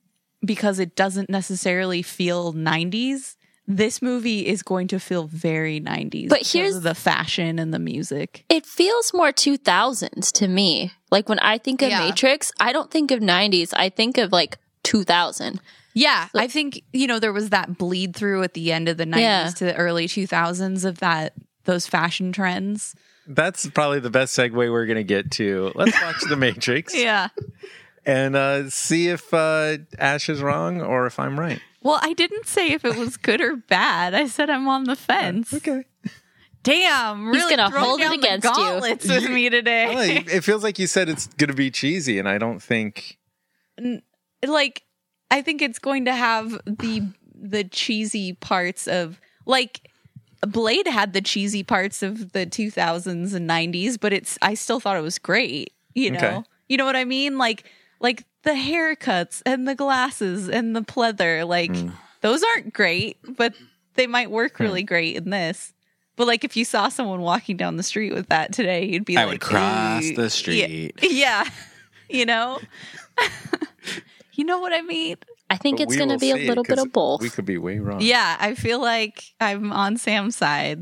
Speaker 4: because it doesn't necessarily feel 90s. This movie is going to feel very 90s.
Speaker 1: But
Speaker 4: because
Speaker 1: here's-
Speaker 4: of the fashion and the music.
Speaker 1: it feels more 2000s to me. Like when I think of
Speaker 4: Yeah.
Speaker 1: Matrix, I don't think of 90s. I think of like 2000.
Speaker 4: Yeah, I think you know there was that bleed through at the end of the 90s
Speaker 1: Yeah.
Speaker 4: to the early 2000s of that those fashion trends.
Speaker 2: That's probably the best segue we're going to get to. Let's watch
Speaker 1: (laughs)
Speaker 2: The Matrix
Speaker 4: Yeah.
Speaker 2: and uh, see if uh, Ash is wrong or if I'm right.
Speaker 4: Well, I didn't say if it was good or bad. I said I'm on the
Speaker 1: (laughs)
Speaker 4: fence.
Speaker 2: Okay.
Speaker 4: Damn, really
Speaker 1: He's gonna
Speaker 4: throwing
Speaker 1: hold it
Speaker 4: down the
Speaker 1: against you.
Speaker 4: gauntlets with me today.
Speaker 2: Well, it it feels like you said it's going to be cheesy, and I don't think.
Speaker 4: like I think it's going to have the the cheesy parts of like Blade had the cheesy parts of the 2000s and 90s, but it's I still thought it was great, you know.
Speaker 2: Okay.
Speaker 4: You know what I mean? Like like the haircuts and the glasses and the pleather, like
Speaker 3: Hmm.
Speaker 4: those aren't great, but they might work really great in this. But like if you saw someone walking down the street with that today, you'd be
Speaker 3: I
Speaker 4: like
Speaker 3: would cross
Speaker 4: "Ooh."
Speaker 3: the
Speaker 4: Yeah.
Speaker 3: street.
Speaker 4: Yeah. (laughs) You know? (laughs) you know what I mean?
Speaker 1: I think
Speaker 2: but
Speaker 1: it's
Speaker 2: we
Speaker 1: going to
Speaker 2: will
Speaker 1: be a
Speaker 2: see,
Speaker 1: little bit
Speaker 2: 'cause
Speaker 1: of both.
Speaker 2: We could be way wrong.
Speaker 4: Yeah, I feel like I'm on Sam's side.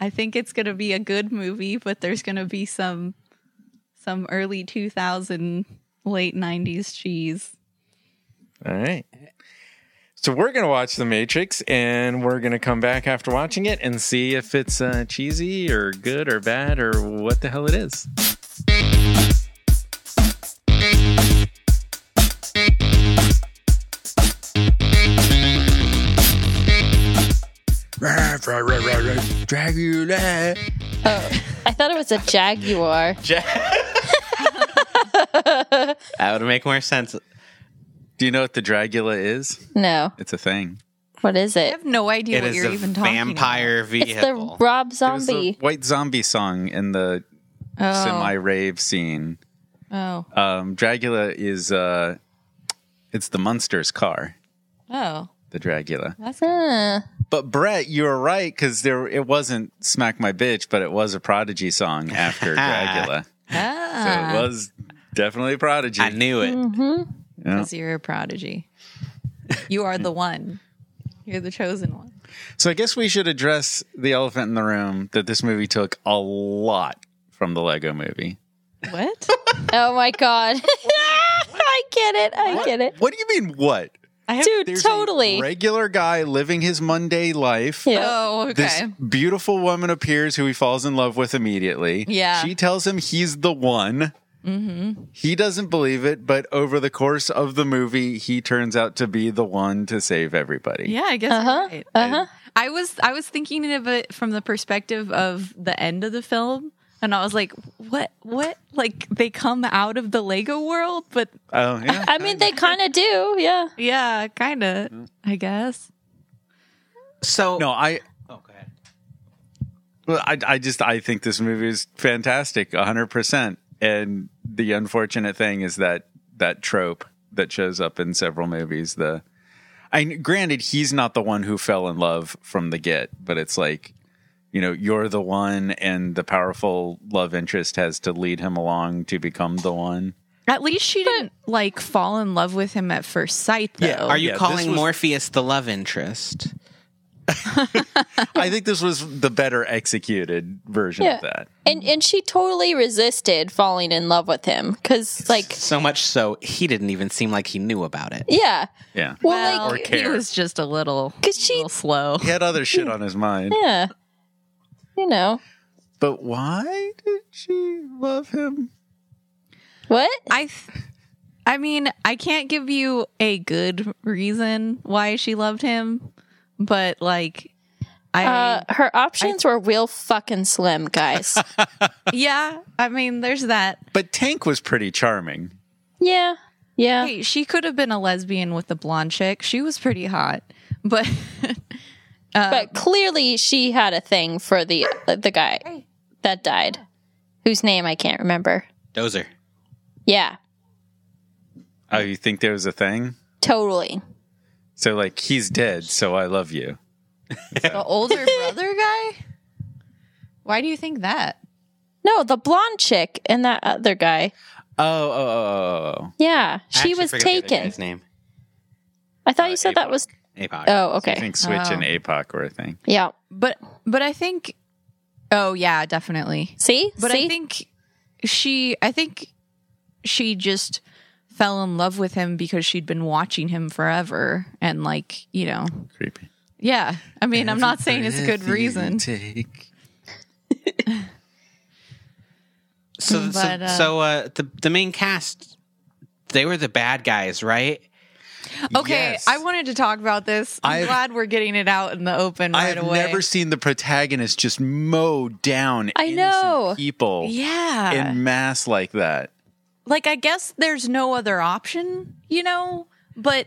Speaker 4: I think it's going to be a good movie, but there's going to be some some early 2000 late 90s cheese.
Speaker 2: All right. So we're going to watch The Matrix, and we're going to come back after watching it and see if it's uh, cheesy or good or bad or what the hell it is. Dragula.
Speaker 1: I thought it was a
Speaker 2: (laughs)
Speaker 1: Jaguar.
Speaker 3: That would make more sense.
Speaker 2: Do you know what the Dragula is?
Speaker 1: No.
Speaker 2: It's a thing.
Speaker 1: What is
Speaker 4: I
Speaker 1: it?
Speaker 4: have no idea
Speaker 3: it
Speaker 4: what
Speaker 3: is
Speaker 4: you're
Speaker 3: a
Speaker 4: even talking
Speaker 3: vampire
Speaker 1: It's the
Speaker 3: vehicle.
Speaker 1: Rob
Speaker 2: It was the
Speaker 1: Zombie.
Speaker 2: white zombie Oh. song in the
Speaker 4: about.
Speaker 2: semi rave scene.
Speaker 4: Oh.
Speaker 2: Um, Dragula is uh, it's the Munster's car,
Speaker 4: Oh. Oh.
Speaker 2: the Dragula.
Speaker 4: That's
Speaker 1: Huh.
Speaker 2: But Brett, you were right because there it wasn't "Smack My Bitch," but it was a Prodigy song after Dragula, so it
Speaker 4: Ah.
Speaker 2: was definitely Prodigy.
Speaker 3: I knew it.
Speaker 2: Yeah.
Speaker 4: Cuz you're a prodigy. You are the one. You're the chosen one.
Speaker 2: So I guess we should address the elephant in the room that this movie took a lot from the Lego Movie.
Speaker 4: What?
Speaker 1: Oh my God. (laughs) I get it. I get it.
Speaker 2: What do you mean? What?
Speaker 4: I have
Speaker 1: Dude,
Speaker 2: There's a
Speaker 1: totally.
Speaker 2: regular guy living his Monday life.
Speaker 1: Yeah.
Speaker 4: (laughs) Oh, okay.
Speaker 2: This beautiful woman appears who he falls in love with immediately.
Speaker 4: Yeah. Mm-hmm.
Speaker 2: She tells him he's the one. He doesn't believe it, but over the course of the movie, he turns out to be the one to save everybody.
Speaker 4: yeah, I guess. you're
Speaker 1: Uh huh.
Speaker 4: right.
Speaker 1: Uh huh.
Speaker 4: I was I was thinking of it from the perspective of the end of the film and I was like, "What? What? Like they come out of the Lego world?" But
Speaker 2: Oh
Speaker 4: (laughs)
Speaker 2: yeah.
Speaker 1: I mean, they kind of do. Yeah.
Speaker 4: yeah, kind of, I guess.
Speaker 3: So
Speaker 2: no, I
Speaker 3: Oh, go ahead.
Speaker 2: Well, I, I just I think this movie is fantastic, hundred percent. And the unfortunate thing is that that trope that shows up in several movies. The, I granted he's not the one who fell in love from the get, but it's like, you know, you're the one, and the powerful love interest has to lead him along to become the one.
Speaker 4: At least she didn't like fall in love with him at first sight, though.
Speaker 2: Yeah,
Speaker 3: Are you
Speaker 2: this
Speaker 3: calling
Speaker 2: was-
Speaker 3: Morpheus the love interest?
Speaker 2: I think this was the better executed version of that.
Speaker 1: And and she totally resisted falling in love with him cuz like
Speaker 3: So much so he didn't even seem like he knew about it.
Speaker 1: yeah.
Speaker 2: Yeah,
Speaker 1: Well,
Speaker 4: Well,
Speaker 1: like
Speaker 2: care.
Speaker 4: he was just a little,
Speaker 1: cuz she (laughs)
Speaker 4: little slow.
Speaker 2: he had other shit on his mind.
Speaker 1: yeah. You know.
Speaker 2: But why did she love him?
Speaker 1: What?
Speaker 4: I, th- I mean, I can't give you a good reason why she loved him, but like, I
Speaker 1: Uh, her options were real fucking slim, guys.
Speaker 4: yeah, I mean, there's that.
Speaker 2: But Tank was pretty charming.
Speaker 1: yeah. Yeah.
Speaker 4: Hey, she could have been a lesbian with a blonde chick. She was pretty hot, but (laughs)
Speaker 1: but clearly she had a thing for the uh, the guy that died, whose name I can't remember.
Speaker 3: Dozer.
Speaker 1: Yeah,
Speaker 2: Oh, you think there was a thing?
Speaker 1: totally.
Speaker 2: So like he's dead, so I love you.
Speaker 1: (laughs)
Speaker 4: the older brother guy. Why do you think that?
Speaker 1: No, the blonde chick and that other guy.
Speaker 2: Oh, oh, oh, oh, oh.
Speaker 1: Yeah,
Speaker 3: I
Speaker 1: she
Speaker 3: actually
Speaker 1: was
Speaker 3: forget the other
Speaker 1: taken.
Speaker 3: guy's name.
Speaker 1: I thought you said that was.
Speaker 3: Apoc.
Speaker 1: Oh,
Speaker 2: I
Speaker 1: okay.
Speaker 2: think Switch
Speaker 4: Oh.
Speaker 2: and APOC were a thing.
Speaker 1: Yeah.
Speaker 4: But but I think oh yeah, definitely.
Speaker 1: See.
Speaker 4: But
Speaker 1: See.
Speaker 4: I think she I think she just fell in love with him because she'd been watching him forever and like, you know.
Speaker 2: Creepy.
Speaker 4: Yeah. I mean, I'm not saying it's a good reason.
Speaker 3: So, so,
Speaker 4: But, uh,
Speaker 3: so uh, the the main cast, they were the bad guys, right?
Speaker 4: Okay,
Speaker 2: Yes.
Speaker 4: I wanted to talk about this. I'm
Speaker 2: I've-
Speaker 4: glad we're getting it out in the open
Speaker 2: I
Speaker 4: right
Speaker 2: have
Speaker 4: away.
Speaker 2: never seen the protagonist just mow down
Speaker 1: I
Speaker 2: innocent
Speaker 1: know.
Speaker 2: people
Speaker 4: yeah.
Speaker 2: in mass like that.
Speaker 4: like I guess there's no other option, you know, but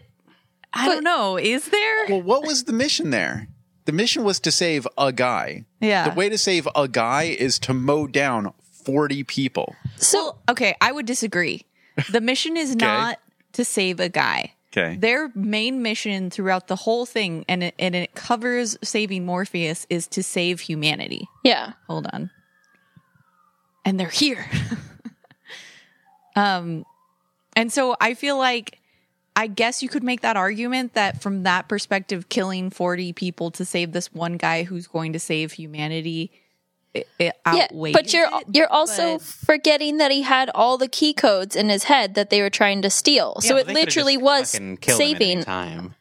Speaker 4: I
Speaker 1: But-
Speaker 4: don't know. Is there?
Speaker 2: Well, what was the mission there? The mission was to save a guy.
Speaker 4: Yeah.
Speaker 2: The way to save a guy is to mow down 40 people.
Speaker 1: so
Speaker 4: Well, okay, I would disagree. The mission
Speaker 2: (laughs)
Speaker 4: is not to save a guy.
Speaker 2: Okay.
Speaker 4: Their main mission throughout the whole thing, and it, and it covers saving Morpheus, is to save humanity.
Speaker 1: yeah.
Speaker 4: Hold on. And they're here. (laughs) um, and so I feel like, I guess you could make that argument that from that perspective, killing 40 people to save this one guy who's going to save humanity, it, it
Speaker 1: Yeah,
Speaker 4: outweighs.
Speaker 1: but you're
Speaker 4: it.
Speaker 1: you're also
Speaker 4: but-
Speaker 1: forgetting that he had all the key codes in his head that they were trying to steal. so
Speaker 3: Yeah,
Speaker 1: it
Speaker 3: they could've just
Speaker 1: literally was
Speaker 3: fucking killed him at any
Speaker 1: saving.
Speaker 3: time.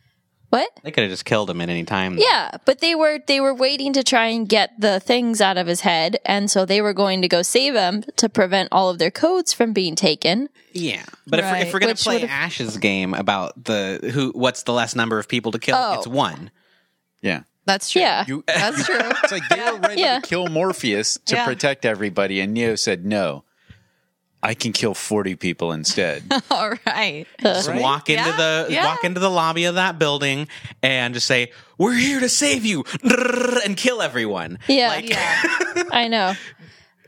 Speaker 1: What?
Speaker 3: They could have just killed him at any time.
Speaker 1: Yeah, but they were they were waiting to try and get the things out of his head, and so they were going to go save him to prevent all of their codes from being taken.
Speaker 3: yeah. But if, we're- if
Speaker 4: Right.
Speaker 3: we're gonna
Speaker 1: Which
Speaker 3: play
Speaker 1: would've-
Speaker 3: Ash's game about the who, what's the less number of people to kill?
Speaker 1: Oh.
Speaker 3: It's one.
Speaker 2: Yeah.
Speaker 4: That's true.
Speaker 1: Yeah.
Speaker 2: You,
Speaker 1: (laughs)
Speaker 4: That's
Speaker 2: (laughs)
Speaker 4: true.
Speaker 2: It's like they were ready
Speaker 1: Yeah.
Speaker 2: to kill Morpheus to
Speaker 4: Yeah.
Speaker 2: protect everybody, and Neo said, "No, I can kill forty people instead."
Speaker 4: All right.
Speaker 3: Just
Speaker 2: Right?
Speaker 3: walk into
Speaker 4: Yeah,
Speaker 3: the
Speaker 4: yeah.
Speaker 3: walk into the lobby of that building and just say, "We're here to save you," (laughs) and kill everyone.
Speaker 1: Yeah,
Speaker 3: Like-
Speaker 1: (laughs) I know.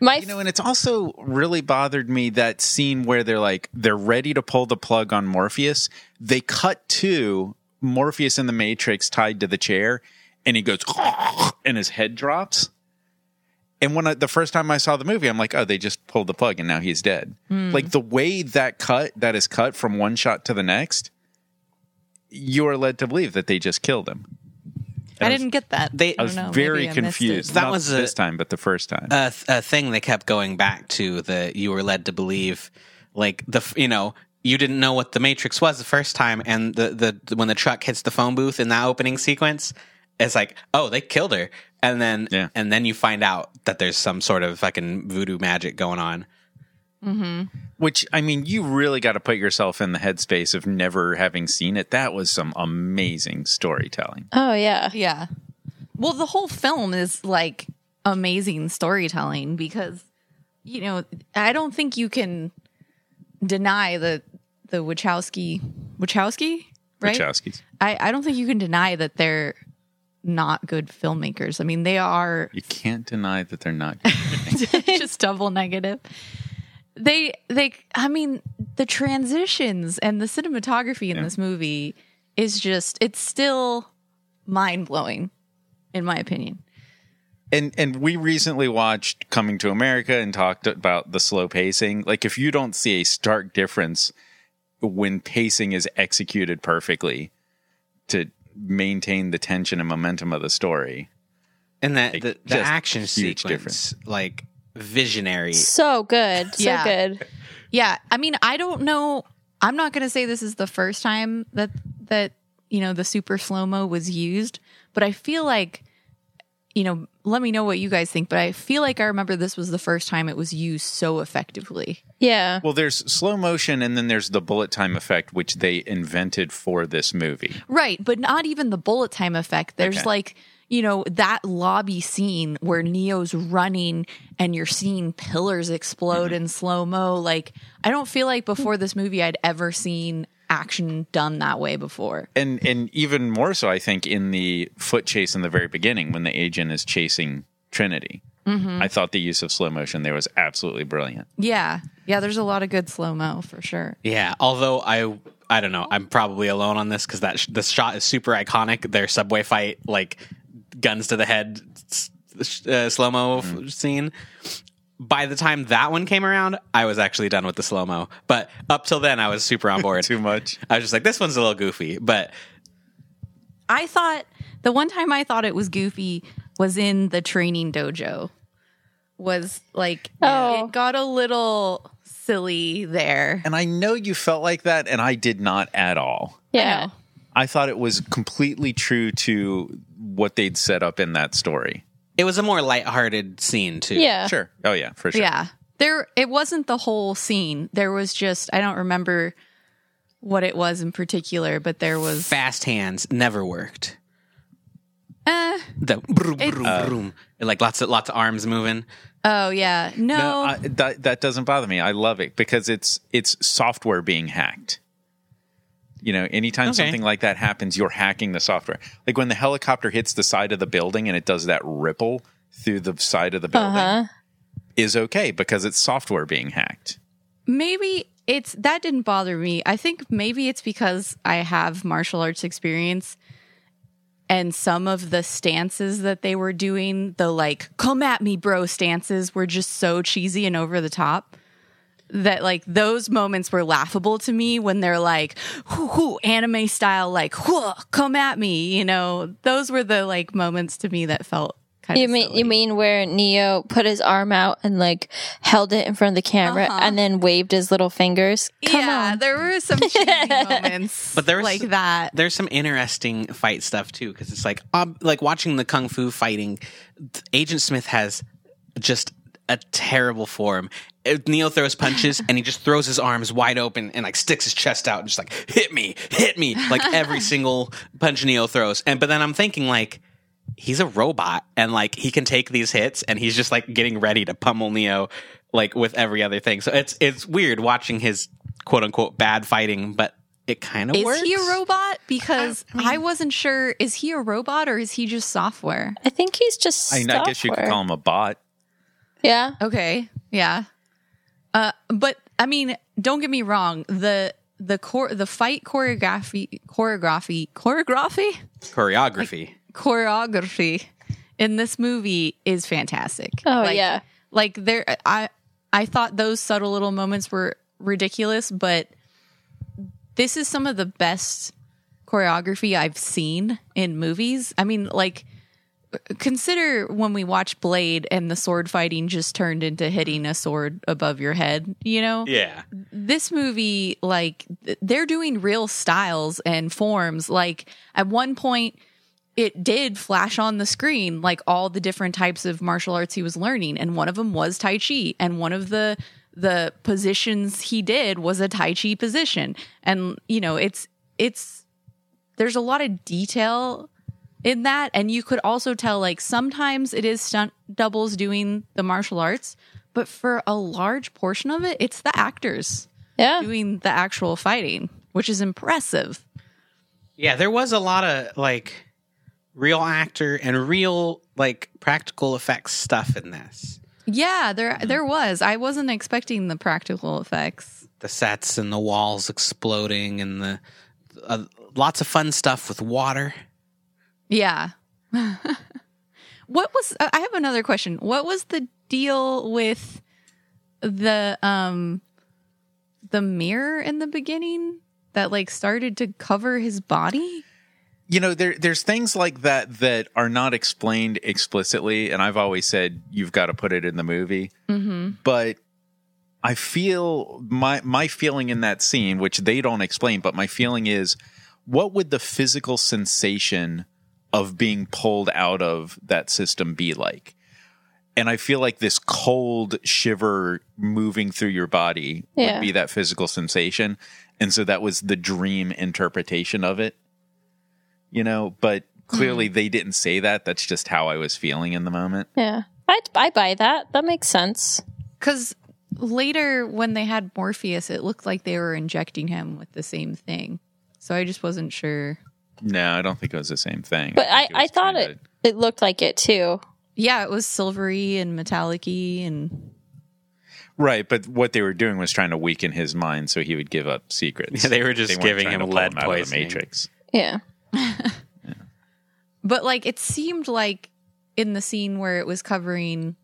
Speaker 1: My
Speaker 2: you know, and it's also really bothered me that scene where they're like they're ready to pull the plug on Morpheus. They cut to Morpheus in the Matrix tied to the chair, and he goes, (laughs) and his head drops. And when I, the first time I saw the movie, I'm like, oh, they just pulled the plug and now he's dead.
Speaker 4: Hmm.
Speaker 2: Like the way that cut that is cut from one shot to the next, you are led to believe that they just killed him.
Speaker 4: I didn't get that.
Speaker 3: They-
Speaker 4: don't
Speaker 2: I was
Speaker 4: know,
Speaker 2: very
Speaker 4: maybe I missed it.
Speaker 2: confused.
Speaker 3: That
Speaker 2: Not
Speaker 3: was a-
Speaker 2: this time, but the first time.
Speaker 3: a, th- a thing they kept going back to that you were led to believe like the f- you know you didn't know what the matrix was the first time and the, the when the truck hits the phone booth in that opening sequence it's like oh they killed her and then
Speaker 2: Yeah.
Speaker 3: and then you find out that there's some sort of fucking voodoo magic going on
Speaker 2: Which I mean, you really got to put yourself in the headspace of never having seen it. That was some amazing storytelling.
Speaker 1: oh yeah,
Speaker 4: Yeah. Well, the whole film is like amazing storytelling because you know, I don't think you can deny the the Wachowski Wachowski, right?
Speaker 2: Wachowskis.
Speaker 4: I, I don't think you can deny that they're not good filmmakers. I mean, they are (laughs)
Speaker 2: You can't deny that they're not.
Speaker 4: just double negative. They they I mean, the transitions and the cinematography in
Speaker 2: Yeah.
Speaker 4: this movie is just it's still mind-blowing in my opinion.
Speaker 2: and and we recently watched Coming to America and talked about the slow pacing. Like if you don't see a stark difference when pacing is executed perfectly to maintain the tension and momentum of the story.
Speaker 3: And that
Speaker 2: Like,
Speaker 3: the, the
Speaker 2: just
Speaker 3: action
Speaker 2: huge
Speaker 3: sequence,
Speaker 2: difference.
Speaker 3: like visionary.
Speaker 1: So good. So
Speaker 4: Yeah.
Speaker 1: good.
Speaker 4: Yeah, I mean, I don't know. I'm not going to say this is the first time that that you know the super slow mo was used, but I feel like you know. Let me know what you guys think, but I feel like I remember this was the first time it was used so effectively.
Speaker 1: Yeah.
Speaker 2: Well, there's slow motion and then there's the bullet time effect which they invented for this movie.
Speaker 4: Right, but not even the bullet time effect. There's
Speaker 2: Okay.
Speaker 4: like, you know, that lobby scene where Neo's running and you're seeing pillars explode in slow mo. Like, I don't feel like before this movie I'd ever seen action done that way before.
Speaker 2: And and even more so I think in the foot chase in the very beginning when the agent is chasing Trinity. I thought the use of slow motion there was absolutely brilliant.
Speaker 4: Yeah. Yeah, there's a lot of good slow mo for sure.
Speaker 3: Yeah, although I I don't know, I'm probably alone on this because that sh- the shot is super iconic. Their subway fight, like guns to the head, s- sh- uh, slow mo f- scene. By the time that one came around, I was actually done with the slow mo. But up till then, I was super on
Speaker 2: (laughs)
Speaker 3: board.
Speaker 2: Too much.
Speaker 3: I was just like, this one's a little goofy, but
Speaker 4: I thought the one time I thought it was goofy was in the training dojo. Was like
Speaker 1: Oh.
Speaker 4: it got a little silly there.
Speaker 2: And I know you felt like that, and I did not at all.
Speaker 1: Yeah.
Speaker 2: I thought it was completely true to what they'd set up in that story.
Speaker 3: it was a more lighthearted scene too.
Speaker 1: Yeah.
Speaker 2: Sure. Oh, yeah, for sure.
Speaker 4: Yeah. There it wasn't the whole scene. There was just I don't remember what it was in particular, but there was
Speaker 3: fast hands never worked.
Speaker 4: Eh.
Speaker 3: The broom, broom, broom. like lots of lots of arms moving.
Speaker 4: oh yeah. No.
Speaker 2: No, I, that, that doesn't bother me. I love it because it's it's software being hacked. You know, anytime
Speaker 3: Okay.
Speaker 2: something like that happens, you're hacking the software. Like when the helicopter hits the side of the building and it does that ripple through the side of the building
Speaker 1: Uh-huh.
Speaker 2: is okay because it's software being hacked.
Speaker 4: maybe it's that didn't bother me. I think maybe it's because I have martial arts experience and some of the stances that they were doing, the like come at me bro stances were just so cheesy and over the top that like those moments were laughable to me when they're like whoo whoo anime style like whoa come at me, you know. Those were the like moments to me that felt kind
Speaker 1: You
Speaker 4: of
Speaker 1: mean
Speaker 4: silly.
Speaker 1: you mean where Neo put his arm out and like held it in front of the camera
Speaker 4: Uh-huh.
Speaker 1: and then waved his little fingers? Come
Speaker 4: yeah,
Speaker 1: on.
Speaker 4: there were some cheesy
Speaker 1: (laughs)
Speaker 4: moments
Speaker 3: But there was
Speaker 4: like
Speaker 3: some-
Speaker 4: that.
Speaker 3: there's some interesting fight stuff too because it's like ob- like watching the kung fu fighting th- agent smith has just a terrible form Uh, neo throws punches and he just throws his arms wide open and like sticks his chest out and just like hit me hit me like
Speaker 4: (laughs)
Speaker 3: every single punch neo throws and but then i'm thinking like he's a robot and like he can take these hits and he's just like getting ready to pummel neo like with every other thing so it's it's weird watching his quote unquote bad fighting but it kind of
Speaker 4: Is
Speaker 3: works
Speaker 4: he a robot? Because I, wasn't sure. Is he a robot or is he just software?
Speaker 1: I think he's just.
Speaker 2: I, mean, I guess you could
Speaker 1: software.
Speaker 2: call him a bot.
Speaker 1: Yeah.
Speaker 4: Okay, yeah. Uh, but I mean, don't get me wrong. the the core the fight choreography choreography choreography
Speaker 3: choreography.
Speaker 4: choreography in this movie is fantastic.
Speaker 1: Oh,
Speaker 4: Like-
Speaker 1: yeah.
Speaker 4: like there I I thought those subtle little moments were ridiculous, but this is some of the best choreography I've seen in movies. I mean, like consider when we watch Blade and the sword fighting just turned into hitting a sword above your head, you know?
Speaker 3: yeah.
Speaker 4: this movie like th- they're doing real styles and forms like at one point it did flash on the screen like all the different types of martial arts he was learning and one of them was tai chi and one of the the positions he did was a tai chi position and you know it's it's there's a lot of detail in that and you could also tell like sometimes it is stunt doubles doing the martial arts but for a large portion of it, it's the actors
Speaker 1: Yeah.
Speaker 4: (laughs) doing the actual fighting, which is impressive.
Speaker 3: Yeah, there was a lot of like real actor and real like practical effects stuff in this.
Speaker 4: Yeah, there there was. I wasn't expecting the practical effects.
Speaker 3: The sets and the walls exploding and the uh, lots of fun stuff with water.
Speaker 4: Yeah. (laughs) what was uh, I have another question. What was the deal with the um the mirror in the beginning that like started to cover his body?
Speaker 2: you know there there's things like that that are not explained explicitly and i've always said you've got to put it in the movie
Speaker 4: Mhm.
Speaker 2: but i feel my my feeling in that scene which they don't explain but my feeling is what would the physical sensation of being pulled out of that system be like and i feel like this cold shiver moving through your body
Speaker 1: Yeah.
Speaker 2: would be that physical sensation and so that was the dream interpretation of it you know but
Speaker 1: Hmm.
Speaker 2: clearly they didn't say that that's just how i was feeling in the moment
Speaker 1: Yeah. I, I buy that. That makes sense.
Speaker 4: Cuz later when they had Morpheus, it looked like they were injecting him with the same thing. So I just wasn't sure.
Speaker 2: no i don't think it was the same thing
Speaker 1: But I,
Speaker 2: think
Speaker 1: I
Speaker 2: was
Speaker 1: thought
Speaker 2: kinda-
Speaker 1: it, it looked like it too.
Speaker 4: Yeah, it was silvery and metallicy and
Speaker 2: right but what they were doing was trying to weaken his mind so he would give up secrets
Speaker 3: Yeah, they were just
Speaker 2: weren't
Speaker 3: giving
Speaker 2: trying
Speaker 3: him
Speaker 2: to pull
Speaker 3: lead
Speaker 2: out of the
Speaker 3: poisoning.
Speaker 2: matrix
Speaker 1: Yeah.
Speaker 4: but like it seemed like in the scene where it was covering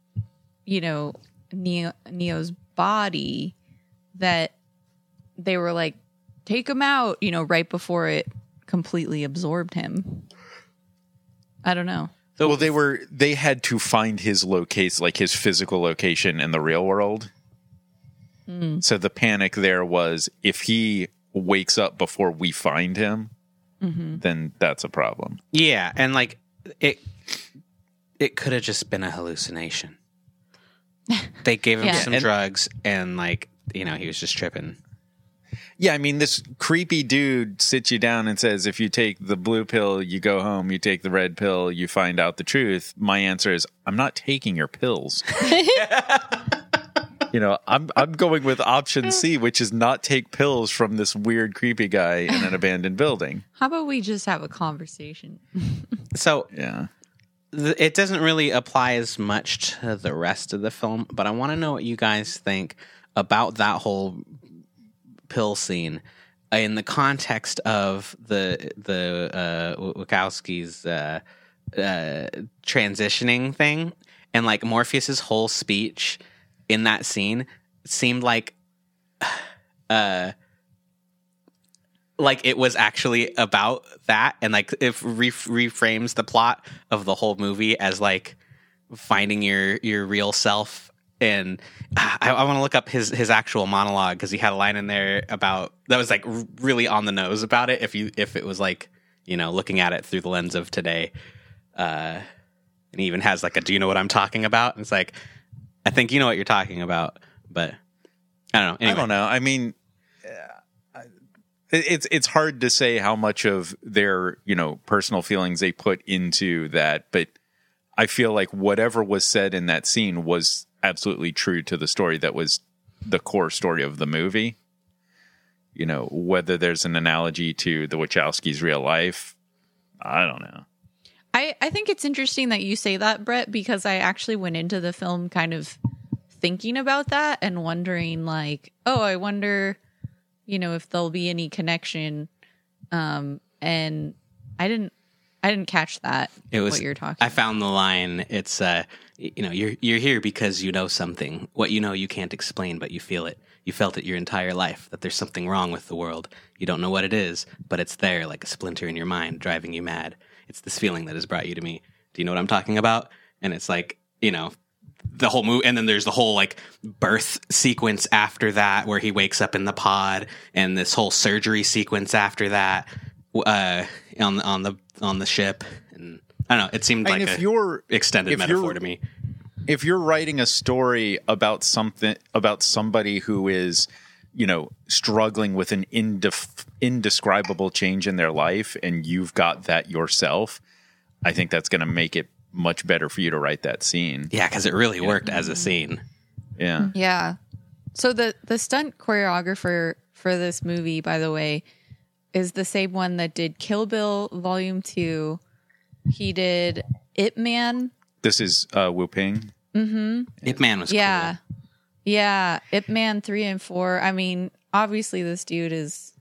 Speaker 4: you know neo neo's body that they were like take him out you know right before it completely absorbed him i don't know
Speaker 2: well they were they had to find his location like his physical location in the real world so the panic there was if he wakes up before we find him then that's a problem
Speaker 3: Yeah, and like it it could have just been a hallucination. They gave him
Speaker 4: Yeah.
Speaker 3: some
Speaker 2: And-
Speaker 3: drugs and like, you know, he was just tripping.
Speaker 2: Yeah, I mean, this creepy dude sits you down and says, if you take the blue pill, you go home, you take the red pill, you find out the truth. My answer is, I'm not taking your pills. (laughs) you know, I'm, I'm going with option C, which is not take pills from this weird, creepy guy in an abandoned building.
Speaker 4: how about we just have a conversation
Speaker 3: So
Speaker 2: Yeah.
Speaker 3: th- it doesn't really apply as much to the rest of the film, but I want to know what you guys think about that whole pill scene in the context of the the uh, Wachowski's uh, uh, transitioning thing and like Morpheus's whole speech in that scene seemed like uh like it was actually about that and like if re- reframes the plot of the whole movie as like finding your your real self and (sighs) ah, i, I want to look up his his actual monologue because he had a line in there about that was like r- really on the nose about it if you if it was like you know looking at it through the lens of today uh and he even has like a do you know what i'm talking about and it's like i think you know what you're talking about but i don't know anyway.
Speaker 2: I don't know. I mean, uh, it- it's it's hard to say how much of their you know personal feelings they put into that, but I feel like whatever was said in that scene was absolutely true to the story that was the core story of the movie. You know, whether there's an analogy to the Wachowskis' real life, I don't know.
Speaker 4: I, I think it's interesting that you say that, Brett, because I actually went into the film kind of thinking about that and wondering, like, oh, I wonder, you know, if there'll be any connection. Um, and I didn't, I didn't catch that.
Speaker 3: It was-
Speaker 4: what you're talking.
Speaker 3: I found the line. It's uh, y- you know, you're you're here because you know something. What you know you can't explain, but you feel it. You felt it your entire life that there's something wrong with the world. You don't know what it is, but it's there like a splinter in your mind driving you mad. It's this feeling that has brought you to me. Do you know what I'm talking about? And it's like, you know, the whole movie and then there's the whole like birth sequence after that where he wakes up in the pod and this whole surgery sequence after that uh on the on the on the ship and I don't know. It seemed
Speaker 2: I mean,
Speaker 3: like
Speaker 2: if
Speaker 3: a
Speaker 2: you're
Speaker 3: extended
Speaker 2: if
Speaker 3: metaphor
Speaker 2: you're-
Speaker 3: to me.
Speaker 2: if you're writing a story about something about somebody who is you know struggling with an indef- indescribable change in their life and you've got that yourself i think that's going to make it much better for you to write that scene
Speaker 3: Yeah, because it really worked as a scene.
Speaker 2: Yeah.
Speaker 4: Yeah. So the the stunt choreographer for this movie, by the way, is the same one that did Kill Bill Volume Two. He did Ip Man.
Speaker 2: This is uh, Wu Ping.
Speaker 4: Mm-hmm.
Speaker 3: Ip Man was
Speaker 4: yeah. Yeah. Ip Man three and four. I mean, obviously this dude is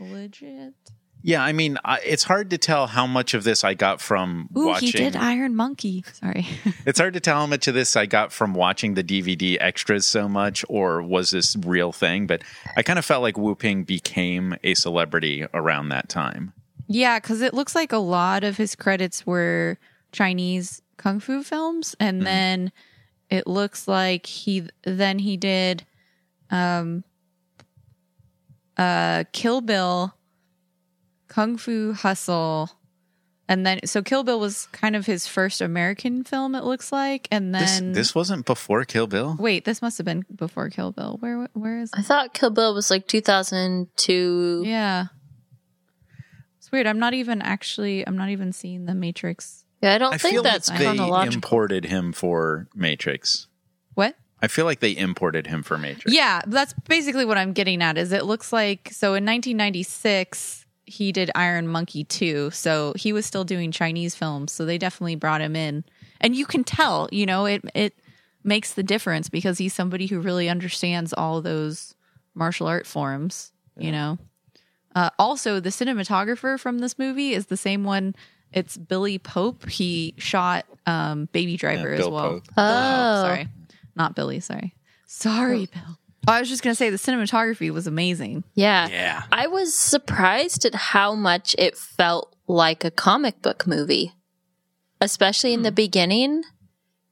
Speaker 4: legit.
Speaker 2: Yeah, I mean, I, it's hard to tell how much of this I got from
Speaker 4: Ooh,
Speaker 2: watching.
Speaker 4: he did Iron Monkey. Sorry. (laughs)
Speaker 2: It's hard to tell how much of this I got from watching the DVD extras so much, or was this real thing? But I kind of felt like Wu Ping became a celebrity around that time.
Speaker 4: yeah, because it looks like a lot of his credits were Chinese kung fu films,
Speaker 2: Mm-hmm.
Speaker 4: and then it looks like he then he did um uh Kill Bill, Kung Fu Hustle. And then, so Kill Bill was kind of his first American film, it looks like. And
Speaker 2: This
Speaker 4: then,
Speaker 2: this wasn't before Kill Bill.
Speaker 4: wait, this must have been before Kill Bill. Where, where is
Speaker 1: I thought Kill Bill was like 2002.
Speaker 4: Yeah. It's weird. I'm not even actually I'm not even seeing the Matrix.
Speaker 1: Yeah, I don't
Speaker 2: I
Speaker 1: think
Speaker 2: feel
Speaker 1: that's
Speaker 2: like they
Speaker 1: chronological.
Speaker 2: imported him for Matrix.
Speaker 4: What?
Speaker 2: I feel like they imported him for Matrix.
Speaker 4: Yeah, that's basically what I'm getting at is it looks like so in 1996 he did Iron Monkey 2. So he was still doing Chinese films, so they definitely brought him in. And you can tell, you know, it it makes the difference because he's somebody who really understands all those martial art forms, you know. Uh, also, the cinematographer from this movie is the same one. It's Billy Pope. He shot um, Baby Driver as
Speaker 2: Bill
Speaker 4: well.
Speaker 2: Pope.
Speaker 1: Oh,
Speaker 4: Oh, sorry. Not Billy, sorry. Sorry, Bill. Oh, I was just going to say the cinematography was amazing.
Speaker 1: Yeah.
Speaker 3: cool. Yeah.
Speaker 1: I was surprised at how much it felt like a comic book movie, especially in the beginning.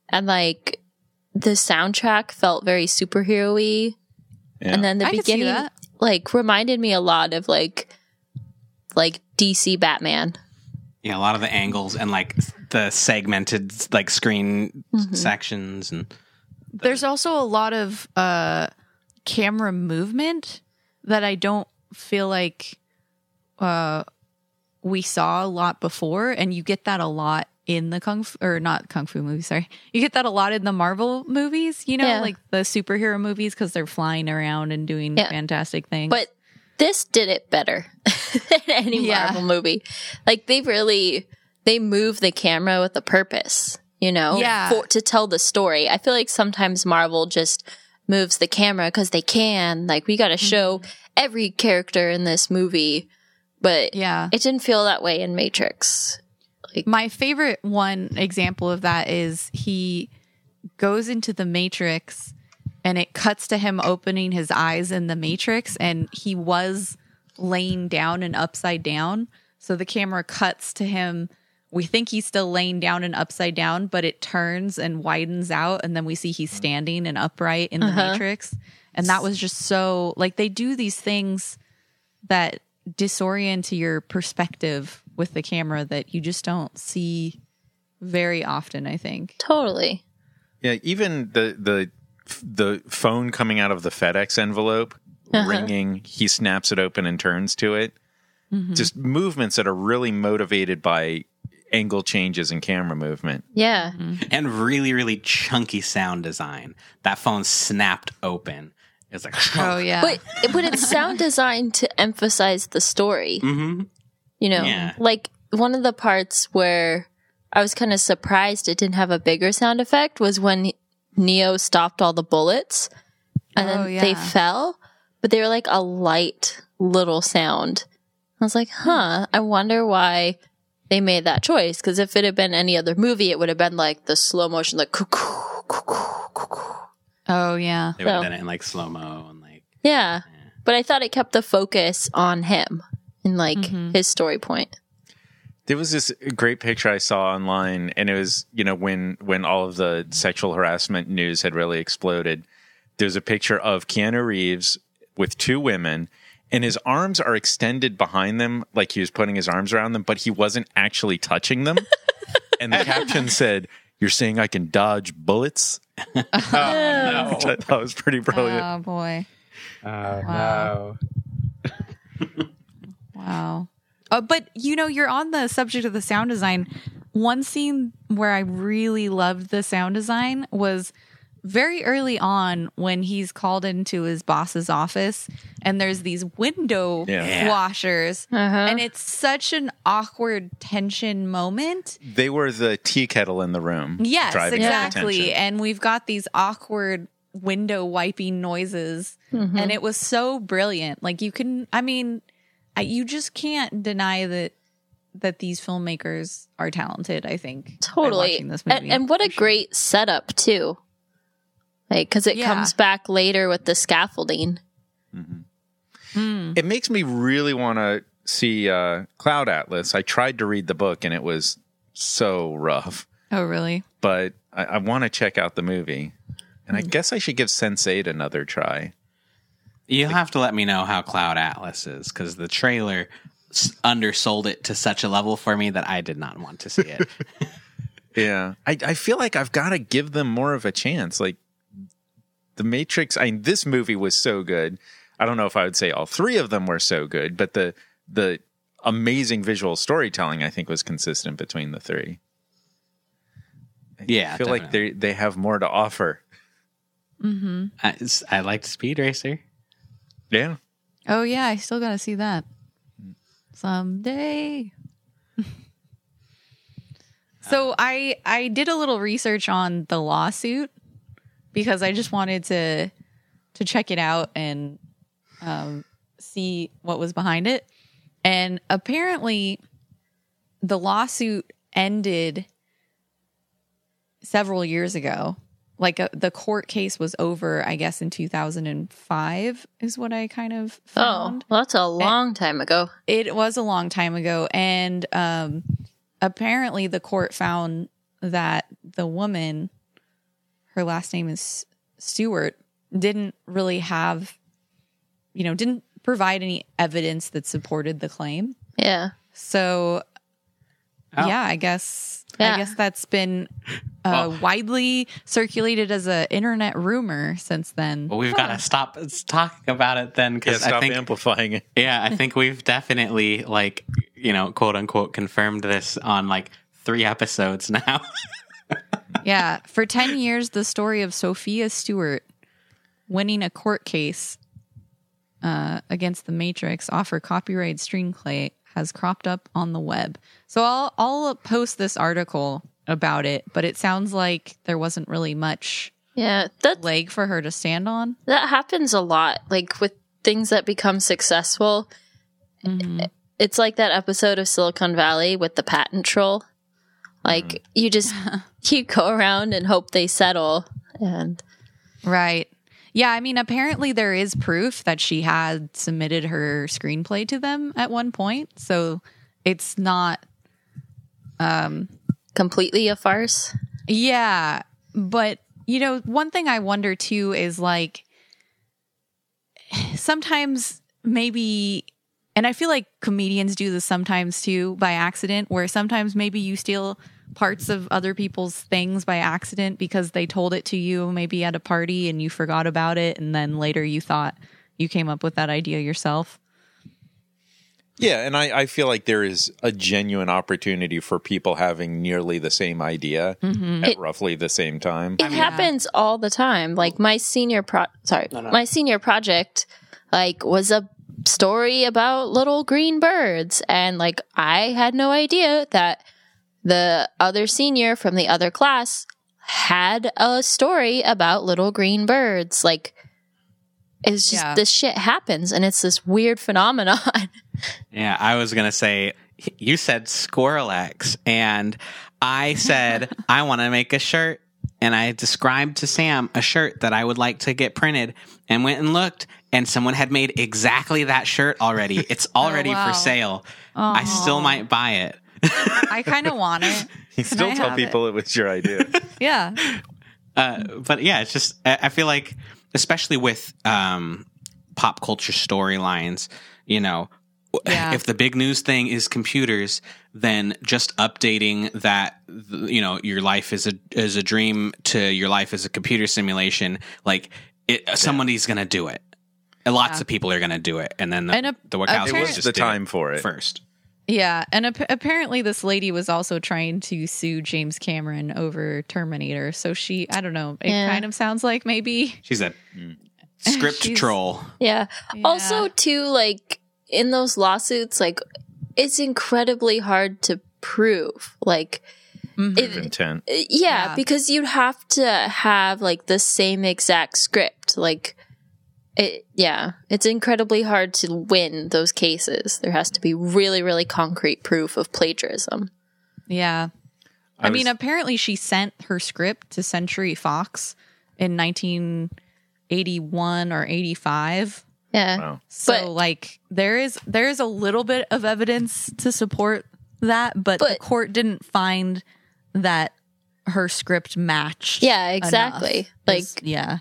Speaker 1: And like the soundtrack felt very superhero y.
Speaker 2: Yeah.
Speaker 1: And then the
Speaker 4: I could see
Speaker 1: beginning,
Speaker 4: that.
Speaker 1: like, reminded me a lot of like, like DC Batman.
Speaker 3: Yeah, a lot of the angles and like the segmented like screen
Speaker 4: Mm-hmm.
Speaker 3: sections and
Speaker 4: There's also a lot of uh camera movement that I don't feel like uh we saw a lot before and you get that a lot in the kung fu or not kung fu movie sorry you get that a lot in the marvel movies you know
Speaker 1: Yeah.
Speaker 4: like the superhero movies because they're flying around and doing
Speaker 1: Yeah.
Speaker 4: fantastic things
Speaker 1: But this did it better (laughs) than any
Speaker 4: Yeah.
Speaker 1: Marvel movie. Like they really they move the camera with a purpose, you know,
Speaker 4: Yeah.
Speaker 1: for, to tell the story. I feel like sometimes Marvel just moves the camera cuz they can. Like we got
Speaker 4: Mm-hmm.
Speaker 1: to show every character in this movie, but
Speaker 4: yeah
Speaker 1: it didn't feel that way in Matrix.
Speaker 4: My favorite one example of that is he goes into the Matrix and it cuts to him opening his eyes in the Matrix and he was laying down and upside down. So the camera cuts to him. We think he's still laying down and upside down, but it turns and widens out. And then we see he's standing and upright in the
Speaker 1: Uh-huh.
Speaker 4: Matrix. And that was just so like they do these things that disorient your perspective with the camera that you just don't see very often, I think.
Speaker 1: Totally.
Speaker 2: Yeah, even the the the phone coming out of the FedEx envelope ringing, he snaps it open and turns to it. Just movements that are really motivated by angle changes and camera movement.
Speaker 1: Yeah.
Speaker 4: Mm-hmm.
Speaker 3: and really really chunky sound design. That phone snapped open. It's like (laughs)
Speaker 4: Oh yeah.
Speaker 1: But but it's
Speaker 4: (laughs)
Speaker 1: sound designed to emphasize the story.
Speaker 3: hmm
Speaker 1: You know,
Speaker 3: Yeah.
Speaker 1: like one of the parts where I was kind of surprised it didn't have a bigger sound effect was when Neo stopped all the bullets and
Speaker 4: Oh,
Speaker 1: then they
Speaker 4: yeah.
Speaker 1: fell, but they were like a light little sound. I was like, huh, I wonder why they made that choice. Cause if it had been any other movie, it would have been like the slow motion, like, cuckoo, cuckoo, cuckoo.
Speaker 4: oh yeah.
Speaker 3: They would have
Speaker 1: So-
Speaker 3: done it in like slow mo and like
Speaker 1: Yeah. But I thought it kept the focus on him and like
Speaker 4: Mm-hmm.
Speaker 1: his story point.
Speaker 2: There was this great picture I saw online, and it was you know when when all of the sexual harassment news had really exploded. There's a picture of Keanu Reeves with two women, and his arms are extended behind them, like he was putting his arms around them, but he wasn't actually touching them. and the caption said, "You're saying I can dodge
Speaker 4: (laughs)
Speaker 2: bullets," (laughs) which I thought was pretty brilliant.
Speaker 4: Oh boy.
Speaker 5: Oh,
Speaker 4: Wow.
Speaker 5: no.
Speaker 4: (laughs) Wow. Uh, but you know, you're on the subject of the sound design. One scene where I really loved the sound design was very early on when he's called into his boss's office and there's these window
Speaker 2: Yeah.
Speaker 4: washers
Speaker 1: Uh-huh.
Speaker 4: and it's such an awkward tension moment.
Speaker 2: They were the tea kettle in the room.
Speaker 4: Yes,
Speaker 2: driving the
Speaker 4: exactly.
Speaker 2: attention.
Speaker 4: And we've got these awkward window wiping noises
Speaker 1: Mm-hmm.
Speaker 4: and it was so brilliant. Like you can I mean, I, you just can't deny that that these filmmakers are talented, I think. by
Speaker 1: totally
Speaker 4: watching this
Speaker 1: and,
Speaker 4: movie.
Speaker 1: and what a great setup too like because it
Speaker 4: Yeah.
Speaker 1: comes back later with the scaffolding
Speaker 2: Mm-hmm. It makes me really want to see uh, Cloud Atlas. I tried to read the book and it was so rough,
Speaker 4: Oh, really?
Speaker 2: but I, I want to check out the movie. And I guess I should give Sense8 another try.
Speaker 3: You'll have to let me know how Cloud Atlas is because the trailer s- undersold it to such a level for me that I did not want to see (laughs) it.
Speaker 2: Yeah. I, I feel like I've got to give them more of a chance. Like The Matrix, I mean, this movie was so good. I don't know if I would say all three of them were so good, but the the amazing visual storytelling I think was consistent between the three. I
Speaker 3: Yeah,
Speaker 2: feel like they
Speaker 3: definitely.
Speaker 2: they have more to offer.
Speaker 4: Mm-hmm.
Speaker 3: I, it's- I liked Speed Racer.
Speaker 2: Yeah.
Speaker 4: Oh yeah, I still gotta see that someday. (laughs) so I I did a little research on the lawsuit because I just wanted to to check it out and um, see what was behind it. And apparently, the lawsuit ended several years ago. Like uh, the court case was over, I guess, in 2005 is what I kind of
Speaker 1: oh
Speaker 4: found
Speaker 1: well, that's a long time ago
Speaker 4: it was a long time ago and um apparently the court found that the woman her last name is stewart didn't really have you know didn't provide any evidence that supported the claim
Speaker 1: yeah
Speaker 4: so
Speaker 3: Oh.
Speaker 4: yeah i guess
Speaker 1: Yeah.
Speaker 4: i guess that's been uh, widely circulated as a internet rumor since then
Speaker 3: Well, we've got to stop s- talking about it then
Speaker 2: Yeah,
Speaker 3: because I
Speaker 2: stop
Speaker 3: think
Speaker 2: amplifying it.
Speaker 3: yeah, I think we've definitely like you know quote unquote confirmed this on like three episodes (laughs) now.
Speaker 4: yeah. For 10 years, the story of Sophia Stewart winning a court case uh, against the Matrix offer copyright screenplay has cropped up on the web. So I'll, I'll post this article about it, but it sounds like there wasn't really much
Speaker 1: yeah that
Speaker 4: leg for her to stand on.
Speaker 1: that happens a lot like with things that become successful it's like that episode of silicon valley with the patent troll like
Speaker 4: Mm.
Speaker 1: you
Speaker 4: (laughs)
Speaker 1: just you go around and hope they settle and
Speaker 4: Right. Yeah, I mean, apparently there is proof that she had submitted her screenplay to them at one point. So it's not um,
Speaker 1: completely a farce
Speaker 4: Yeah. But, you know, one thing I wonder too is like sometimes maybe, and I feel like comedians do this sometimes too by accident, where sometimes maybe you steal parts of other people's things by accident because they told it to you maybe at a party and you forgot about it. And then later you thought you came up with that idea yourself.
Speaker 2: Yeah, and I, I feel like there is a genuine opportunity for people having nearly the same idea at roughly the same time.
Speaker 1: Mm-hmm. it happens all the time like my senior pro sorry my senior project like was a story about little green birds and like i had no idea that the other senior from the other class had a story about little green birds like it's just
Speaker 4: Yeah.
Speaker 1: this shit happens and it's this weird phenomenon (laughs)
Speaker 3: Yeah, I was gonna say you said Squirrelax, and I said I want to make a shirt, and I described to Sam a shirt that I would like to get printed, and went and looked, and someone had made exactly that shirt already. It's already
Speaker 4: wow.
Speaker 3: for sale. I still might buy it.
Speaker 4: I kind of want it.
Speaker 2: You still
Speaker 4: I
Speaker 2: tell
Speaker 4: have it?
Speaker 2: people (laughs) it? was your idea.
Speaker 3: (laughs)
Speaker 4: Yeah.
Speaker 3: Uh, but yeah, it's just I, I feel like, especially with um, pop culture storylines, you know,
Speaker 4: Yeah.
Speaker 3: if the big news thing is computers, then just updating that th- you know your life is a is a dream to your life is a computer simulation. Like it, somebody's gonna do it. And Lots
Speaker 4: Yeah.
Speaker 3: of people are gonna do it, and then the,
Speaker 4: And a-
Speaker 3: the
Speaker 4: a
Speaker 3: Wachowskis
Speaker 2: it was
Speaker 3: just
Speaker 2: the
Speaker 3: did it
Speaker 2: time for it.
Speaker 3: first.
Speaker 4: Yeah, and ap- apparently this lady was also trying to sue James Cameron over Terminator. So she, I don't know, it
Speaker 1: Yeah.
Speaker 4: kind of sounds like maybe.
Speaker 3: She's a
Speaker 2: Mm.
Speaker 3: script
Speaker 4: (laughs) She's-
Speaker 3: troll.
Speaker 1: Yeah. Also,
Speaker 4: Yeah.
Speaker 1: too, like in those lawsuits, like it's incredibly hard to prove. Like,
Speaker 4: Mhm.
Speaker 1: it,
Speaker 2: Intent.
Speaker 1: yeah,
Speaker 4: Yeah.
Speaker 1: because you'd have to have like the same exact script. Like, it, yeah, it's incredibly hard to win those cases. There has to be really, really concrete proof of plagiarism.
Speaker 4: yeah. I, mean,
Speaker 2: was-
Speaker 4: apparently she sent her script to Century Fox in 1981 or 85.
Speaker 1: Yeah.
Speaker 2: wow.
Speaker 4: So
Speaker 1: But-
Speaker 4: like there is there is a little bit of evidence to support that, but, the
Speaker 1: But-
Speaker 4: court didn't find that her script matched.
Speaker 1: Yeah,
Speaker 4: enough.
Speaker 1: exactly.
Speaker 4: Is-
Speaker 1: Like-
Speaker 4: (laughs)
Speaker 1: (laughs)
Speaker 4: yeah.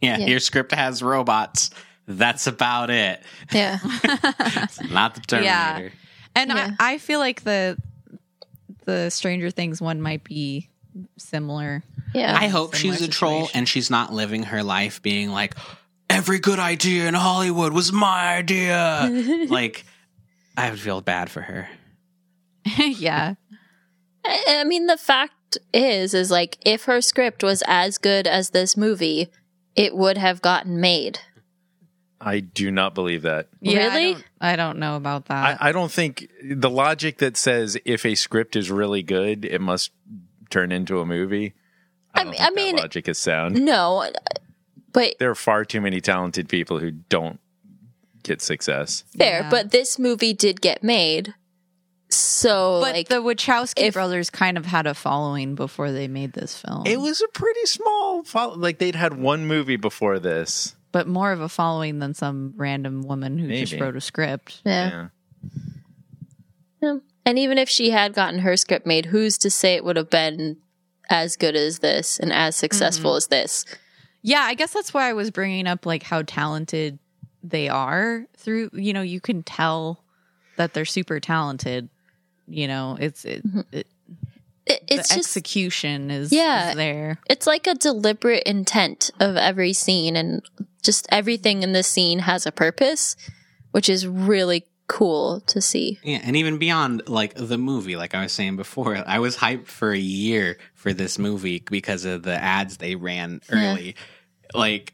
Speaker 3: Yeah,
Speaker 1: Yeah.
Speaker 3: your script has robots. That's about it.
Speaker 1: Yeah.
Speaker 4: (laughs)
Speaker 3: It's not the
Speaker 4: Yeah.
Speaker 3: Terminator.
Speaker 4: And
Speaker 1: Yeah.
Speaker 4: I, I feel like the the Stranger Things one might be similar. (laughs)
Speaker 1: Yeah.
Speaker 3: I hope
Speaker 4: Similar
Speaker 3: she's a troll
Speaker 4: situation.
Speaker 3: and she's not living her life being like, every good idea in Hollywood was my idea.
Speaker 4: (laughs)
Speaker 3: like, I would feel bad for her.
Speaker 4: yeah.
Speaker 1: I I mean, the fact is, is like if her script was as good as this movie, it would have gotten made.
Speaker 2: I do not believe that.
Speaker 4: Yeah, I
Speaker 1: Really?
Speaker 4: don't- I, don't know about
Speaker 1: Uh,
Speaker 4: that.
Speaker 2: I, I don't think the logic that says if a script is really good, it must turn into a movie. I,
Speaker 1: I
Speaker 2: don't
Speaker 1: mean-
Speaker 2: think
Speaker 1: I
Speaker 2: that
Speaker 1: mean-
Speaker 2: logic is sound.
Speaker 1: No, but
Speaker 2: There are far too many talented people who don't get success.
Speaker 1: fair.
Speaker 4: Yeah.
Speaker 1: But this movie did get made, so
Speaker 4: but
Speaker 1: like
Speaker 4: the Wachowski
Speaker 1: if-
Speaker 4: brothers kind of had a following before they made this film.
Speaker 2: It was a pretty small follow. Like they'd had one movie before this.
Speaker 4: but more of a following than some random woman who just
Speaker 2: Maybe.
Speaker 4: wrote a script.
Speaker 1: yeah. Yeah. And even if she had gotten her script made, who's to say it would have been as good as this and as
Speaker 4: Mm-hmm.
Speaker 1: successful as this?
Speaker 4: Yeah, I guess that's why I was bringing up like how talented they are through, you know, you can tell that they're super talented. You know, it's it,
Speaker 1: It,
Speaker 4: it the
Speaker 1: Mm-hmm. it's just
Speaker 4: execution is
Speaker 1: Yeah.
Speaker 4: is there.
Speaker 1: it's like a deliberate intent of every scene and just everything in this scene has a purpose which is really cool to see
Speaker 3: Yeah, and even beyond like the movie, like I was saying before, I was hyped for a year for this movie because of the ads they ran
Speaker 1: Yeah.
Speaker 3: early. Like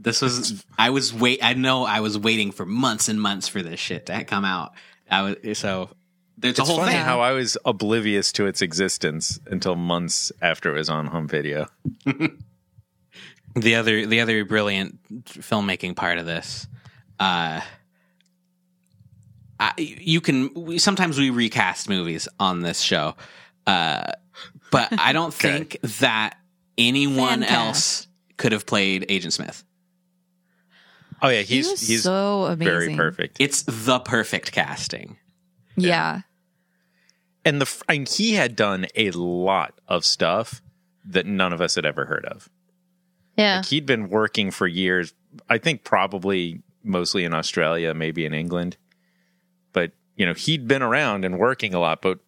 Speaker 3: this was I was wait I know I was waiting for months and months for this shit to come out. I was so there's a
Speaker 2: It's
Speaker 3: whole
Speaker 2: funny
Speaker 3: thing.
Speaker 2: how I was oblivious to its existence until months after it was on home video.
Speaker 3: the other the other brilliant filmmaking part of this uh I, you can we, sometimes we recast movies on this show uh but i
Speaker 4: (laughs)
Speaker 3: don't think that anyone
Speaker 4: Fan cast.
Speaker 3: else could have played agent smith
Speaker 2: Oh yeah,
Speaker 4: He
Speaker 2: he's
Speaker 4: was
Speaker 2: he's
Speaker 4: so
Speaker 2: very
Speaker 4: amazing.
Speaker 2: perfect.
Speaker 3: it's the perfect casting
Speaker 4: Yeah.
Speaker 2: and the fr- and he had done a lot of stuff that none of us had ever heard of.
Speaker 1: yeah
Speaker 2: Like he'd been working for years. I think probably mostly in Australia, maybe in England, but you know he'd been around and working a lot, but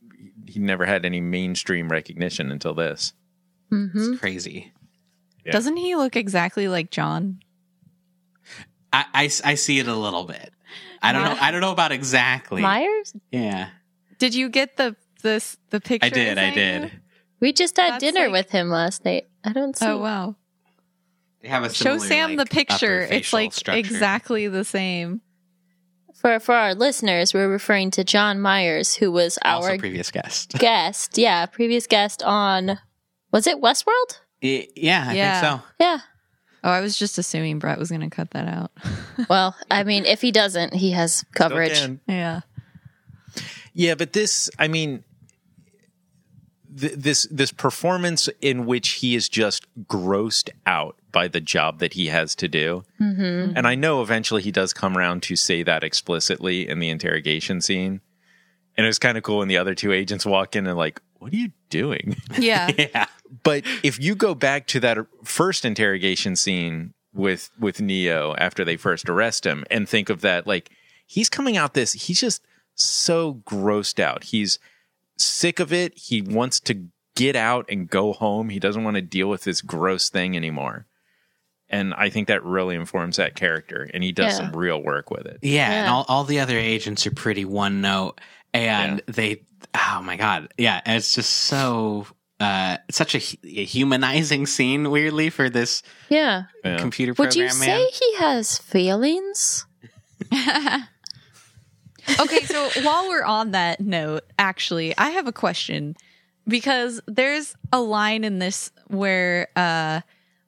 Speaker 2: he never had any mainstream recognition until this.
Speaker 1: hmm
Speaker 3: it's crazy
Speaker 2: Yeah.
Speaker 4: Doesn't he look exactly like John?
Speaker 3: I, I s- I see it a little bit i don't know i don't know about exactly
Speaker 1: myers
Speaker 3: yeah
Speaker 4: Did you get the this the picture?
Speaker 3: i did i
Speaker 4: sent you?
Speaker 3: did
Speaker 1: we just had
Speaker 4: That's
Speaker 1: dinner
Speaker 4: like-
Speaker 1: with him last night i don't see
Speaker 4: Oh wow.
Speaker 3: They have a
Speaker 4: Show
Speaker 3: similar,
Speaker 4: Sam
Speaker 3: like,
Speaker 4: the picture.
Speaker 3: upper
Speaker 4: It's
Speaker 3: facial
Speaker 4: like
Speaker 3: structure.
Speaker 4: exactly the same.
Speaker 1: for for our listeners we're referring to john myers who was
Speaker 3: also
Speaker 1: our
Speaker 3: previous guest
Speaker 1: guest yeah previous guest on was it westworld
Speaker 3: Y- yeah, I
Speaker 4: Yeah.
Speaker 3: think so.
Speaker 1: yeah
Speaker 4: Oh, I was just assuming Brett was going to cut that out. (laughs)
Speaker 1: well i mean if he doesn't he has coverage
Speaker 2: Again,
Speaker 4: yeah.
Speaker 2: Yeah, but this, I mean, th- this this performance in which he is just grossed out by the job that he has to do, mm-hmm. and I know eventually he does come around to say that explicitly in the interrogation scene, and it was kind of cool when the other two agents walk in and like, "What are you doing?"
Speaker 4: Yeah.
Speaker 3: Yeah.
Speaker 2: but if you go back to that first interrogation scene with with Neo after they first arrest him and think of that like he's coming out this he's just so grossed out. He's sick of it. He wants to get out and go home. He doesn't want to deal with this gross thing anymore. and I think that really informs that character, and he does
Speaker 1: Yeah.
Speaker 2: some real work with it.
Speaker 3: Yeah, and
Speaker 1: Yeah.
Speaker 3: all, all the other agents are pretty one note, and they, oh my god, yeah, and it's just so uh, it's such a, hu- a humanizing scene, weirdly, for this
Speaker 1: Yeah.
Speaker 2: Yeah.
Speaker 3: computer
Speaker 1: Would
Speaker 3: program
Speaker 1: you
Speaker 3: man.
Speaker 1: say he has feelings?
Speaker 4: okay, so while we're on that note, actually, I have a question because there's a line in this where uh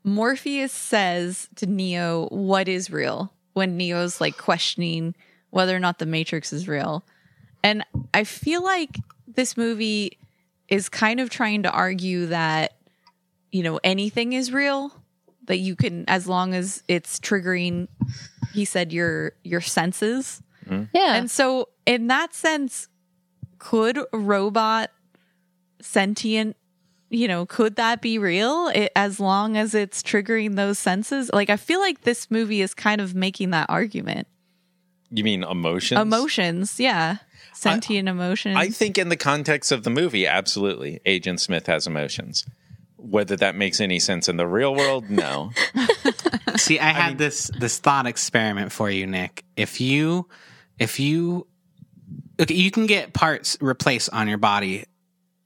Speaker 4: Morpheus says to Neo, "What is real?" when Neo's like questioning whether or not the Matrix is real. And I feel like this movie is kind of trying to argue that you know, anything is real that you can as long as it's triggering he said your your senses
Speaker 1: Yeah.
Speaker 4: and so in that sense could robot sentient you know could that be real it, as long as it's triggering those senses like i feel like this movie is kind of making that argument
Speaker 2: You mean emotions?
Speaker 4: emotions yeah sentient emotions
Speaker 2: I think in the context of the movie, absolutely, Agent Smith has emotions. Whether that makes any sense in the real world, no.
Speaker 3: See, I had this this thought experiment for you, Nick. If you if you okay, you can get parts replaced on your body,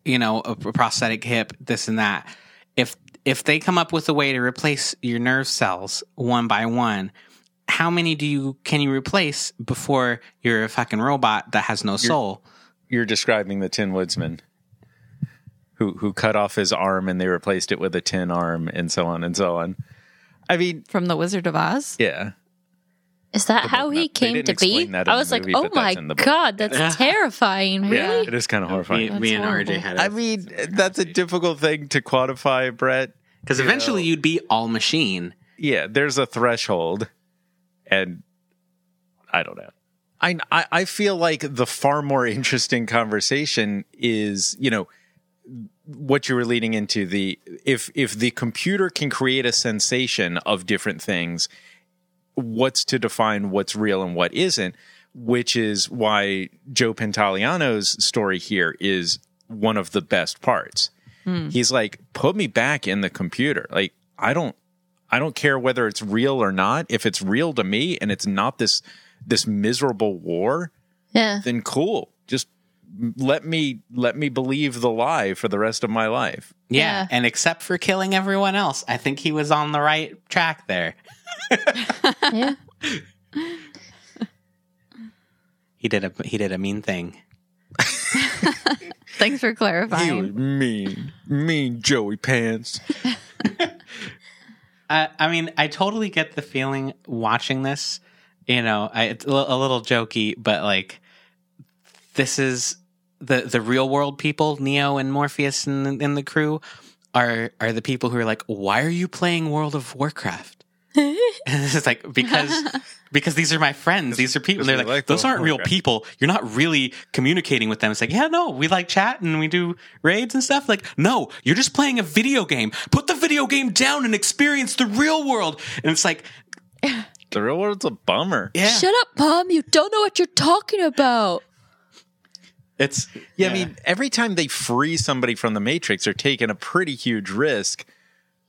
Speaker 3: you know, a, a prosthetic hip, this and that. If if they come up with a way to replace your nerve cells one by one, how many do you can you replace before you're a fucking robot that has no soul?
Speaker 2: You're describing the Tin Woodsman, who who cut off his arm and they replaced it with a tin arm, and so on and so on. I mean,
Speaker 4: from the wizard of oz
Speaker 2: yeah,
Speaker 1: Is that how
Speaker 2: book,
Speaker 1: he
Speaker 2: not- they
Speaker 1: came
Speaker 2: didn't
Speaker 1: to be?
Speaker 2: explain that in
Speaker 1: I
Speaker 2: the
Speaker 1: was like,
Speaker 2: movie,
Speaker 1: oh
Speaker 2: but
Speaker 1: my
Speaker 2: that's in the book."
Speaker 1: god, that's terrifying.
Speaker 2: yeah,
Speaker 1: Really?
Speaker 2: it is kind of horrifying.
Speaker 3: Me, me and
Speaker 1: horrible.
Speaker 3: RJ had. a
Speaker 2: I mean, that's a difficult thing to quantify, Brett.
Speaker 3: because eventually you'd be all machine.
Speaker 2: yeah, there's a threshold, and I don't know. I, I I feel like the far more interesting conversation is you know what you were leading into the if if the computer can create a sensation of different things, what's to define what's real and what isn't, which is why Joe Pantoliano's story here is one of the best parts. He's like, put me back in the computer. Like I don't I don't care whether it's real or not. If it's real to me and it's not this this miserable war,
Speaker 1: Yeah.
Speaker 2: then cool. Just let me let me believe the lie for the rest of my life.
Speaker 3: Yeah.
Speaker 1: Yeah.
Speaker 3: And except for killing everyone else, I think he was on the right track there.
Speaker 1: yeah.
Speaker 3: He did a he did a mean thing.
Speaker 4: thanks for clarifying
Speaker 2: You mean, mean Joey Pants.
Speaker 3: I, I mean, I totally get the feeling watching this. You know, I, it's a li- a little jokey, but like, this is the the real world people. Neo and Morpheus and, and the crew are are the people who are like, why are you playing World of
Speaker 4: (laughs)
Speaker 3: Warcraft? and it's like because because these are my friends. These are people.
Speaker 2: Because we
Speaker 3: They're like,
Speaker 2: like
Speaker 3: those
Speaker 2: World of
Speaker 3: aren't real
Speaker 2: Warcraft."
Speaker 3: people. You're not really communicating with them. It's like, yeah, no, we like chat and we do raids and stuff. Like, no, you're just playing a video game. Put the video game down and experience the real world. And it's like,
Speaker 2: The real world's a bummer.
Speaker 1: (laughs)
Speaker 3: yeah,
Speaker 1: Shut up, mom. You don't know what you're talking (laughs) about.
Speaker 3: it's
Speaker 2: Yeah, I mean, every time they free somebody from the Matrix, they're taking a pretty huge risk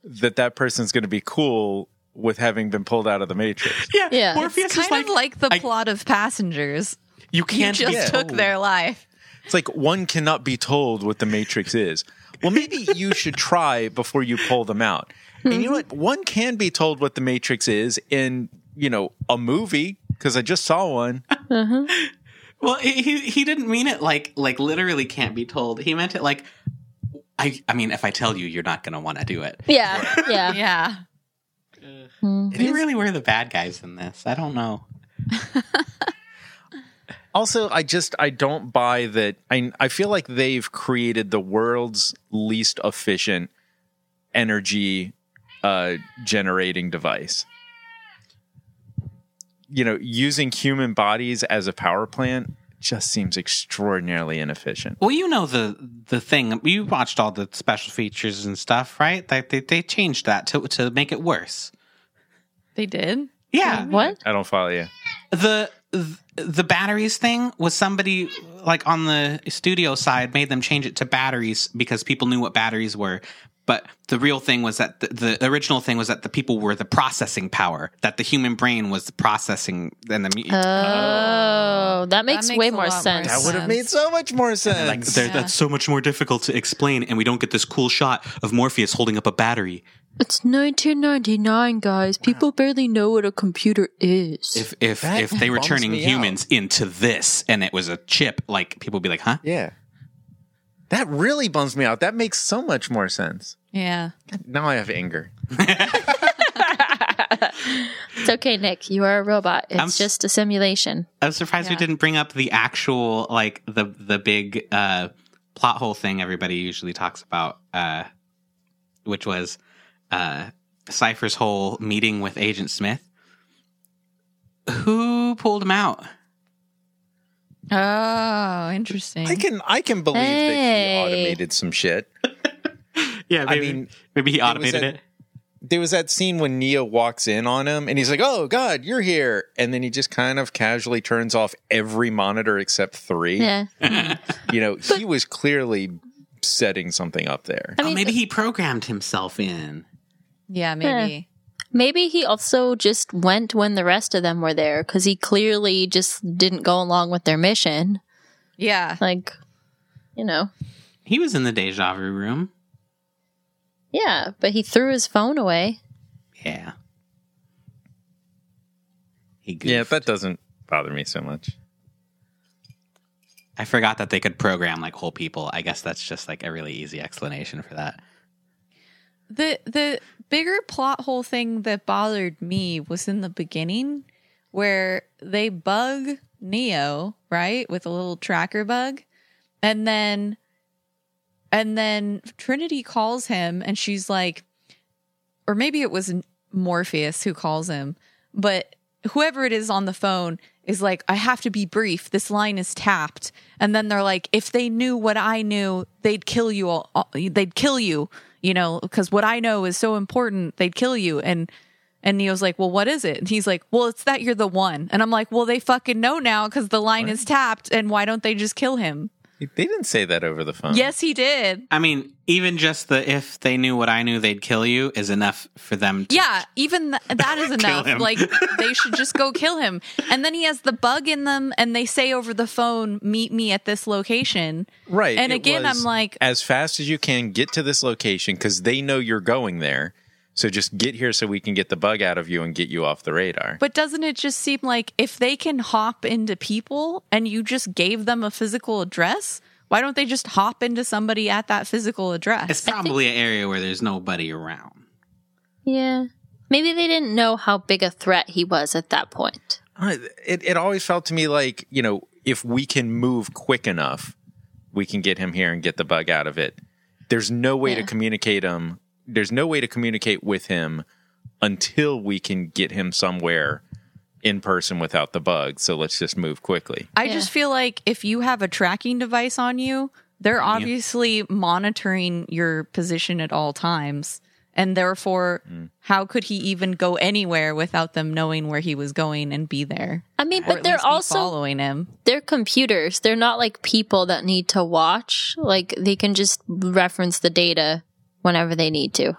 Speaker 2: that that person's going to be cool with having been pulled out of the Matrix.
Speaker 3: yeah,
Speaker 1: Yeah.
Speaker 3: Morpheus
Speaker 4: it's kind
Speaker 3: is like,
Speaker 4: of like the
Speaker 3: I-
Speaker 4: plot of passengers
Speaker 3: you
Speaker 4: you
Speaker 3: can't Oh.
Speaker 4: just
Speaker 2: yeah.
Speaker 4: took their life
Speaker 2: It's like one cannot be told what the matrix is. Well, maybe you should try before you pull them out. And you know what? One can be told what the matrix is in, you know, a movie because I just saw one.
Speaker 3: Well, he he- he didn't mean it like like literally can't be told. He meant it like I I mean, if I tell you, you're not gonna want to do it.
Speaker 1: Yeah.
Speaker 2: (laughs)
Speaker 1: Yeah.
Speaker 4: yeah
Speaker 3: They really were the bad guys in this. I don't know.
Speaker 2: Also, I just I don't buy that. I I feel like they've created the world's least efficient energy uh, generating device. You know, using human bodies as a power plant just seems extraordinarily inefficient.
Speaker 3: Well, you know the the thing. You watched all the special features and stuff, right? Like they, they changed that to to make it worse.
Speaker 4: they did
Speaker 3: Yeah,
Speaker 1: What?
Speaker 2: I don't follow you.
Speaker 3: the th- the batteries thing was somebody like on the studio side made them change it to batteries because people knew what batteries were. But the real thing was that the, the original thing was that the people were the processing power, that the human brain was the processing and the mu-
Speaker 1: Oh, that makes,
Speaker 4: makes
Speaker 1: way
Speaker 4: a
Speaker 1: more
Speaker 4: lot more
Speaker 1: sense.
Speaker 4: sense.
Speaker 2: That would have
Speaker 4: Sense.
Speaker 2: made so much more
Speaker 3: like
Speaker 2: sense.
Speaker 3: there- that's so much more difficult to explain, and we don't get this cool shot of Morpheus holding up a battery.
Speaker 1: It's 1999, guys. People barely know what a computer is.
Speaker 3: If if
Speaker 2: That
Speaker 3: if they were
Speaker 2: bums
Speaker 3: turning
Speaker 2: me
Speaker 3: humans into this, and it was a chip, like people would be like, huh?
Speaker 2: yeah. That really bums me out. That makes so much more sense.
Speaker 4: Yeah.
Speaker 2: Now I have anger.
Speaker 1: it's okay, Nick. You are a robot. It's
Speaker 3: I'm s-
Speaker 1: just a simulation.
Speaker 3: I'm surprised we
Speaker 4: Yeah.
Speaker 3: didn't bring up the actual like the the big uh plot hole thing everybody usually talks about uh which was uh Cypher's whole meeting with Agent Smith. Who pulled him out?
Speaker 4: Oh, interesting.
Speaker 2: I can I can believe
Speaker 1: Hey.
Speaker 2: that he automated some shit.
Speaker 3: Yeah,
Speaker 2: maybe- mean,
Speaker 3: maybe he
Speaker 2: automated at- it. There was that scene when Neo walks in on him and he's like, "Oh God, you're here," and then he just kind of casually turns off every monitor except three.
Speaker 1: Yeah.
Speaker 2: You know, he was clearly setting something up there.
Speaker 1: I mean, uh,
Speaker 3: oh, maybe he programmed himself in.
Speaker 4: yeah, maybe.
Speaker 1: Maybe he also just went when the rest of them were there because he clearly just didn't go along with their mission.
Speaker 4: Yeah.
Speaker 1: Like, you know,
Speaker 3: He was in the deja vu room.
Speaker 1: yeah, but he threw his phone away.
Speaker 3: Yeah. He goofed.
Speaker 2: Yeah, that doesn't bother me so much.
Speaker 3: I forgot that they could program like whole people. I guess that's just like a really easy explanation for that.
Speaker 4: The the bigger plot hole thing that bothered me was in the beginning where they bug Neo, right, with a little tracker bug. And then and then Trinity calls him and she's like or maybe it was Morpheus who calls him, but whoever it is on the phone is like, I have to be brief. This line is tapped. And then they're like, if they knew what I knew, they'd kill you all. all- They'd kill you, you know, because what I know is so important. They'd kill you. And, and Neo's like, well, what is it? And he's like, well, it's that you're the one. And I'm like, well, they fucking know now because the line is tapped. And why don't they just kill him?
Speaker 2: They didn't say that over the phone.
Speaker 4: Yes, he did.
Speaker 3: I mean, even just the if they knew what I knew, they'd kill you is enough for them. To,
Speaker 4: Yeah, even th- that is enough.
Speaker 3: him.
Speaker 4: Like they should just go kill him. And then he has the bug in them, and they say over the phone, "Meet me at this location."
Speaker 2: Right.
Speaker 4: And
Speaker 2: it
Speaker 4: again,
Speaker 2: was
Speaker 4: I'm like,
Speaker 2: as fast as you can get to this location because they know you're going there. So just get here so we can get the bug out of you and get you off the radar.
Speaker 4: but doesn't it just seem like if they can hop into people, and you just gave them a physical address, why don't they just hop into somebody at that physical
Speaker 3: it's
Speaker 4: address?
Speaker 3: probably an area where there's nobody around.
Speaker 1: Yeah. Maybe they didn't know how big a threat he was at that point.
Speaker 2: Uh, it, it always felt to me like, you know, if we can move quick enough, we can get him here and get the bug out of it. There's no way to
Speaker 1: Yeah.
Speaker 2: communicate him. There's no way to communicate with him until we can get him somewhere in person without the bug. So let's just move quickly.
Speaker 4: I
Speaker 1: Yeah.
Speaker 4: just feel like if you have a tracking device on you, they're obviously monitoring your position at all times. And therefore,
Speaker 3: Mm.
Speaker 4: how could he even go anywhere without them knowing where he was going and be there?
Speaker 1: I mean,
Speaker 4: Or
Speaker 1: but
Speaker 4: at
Speaker 1: they're
Speaker 4: least be
Speaker 1: also
Speaker 4: following him.
Speaker 1: they're computers. They're not like people that need to watch. Like they can just reference the data whenever they need to.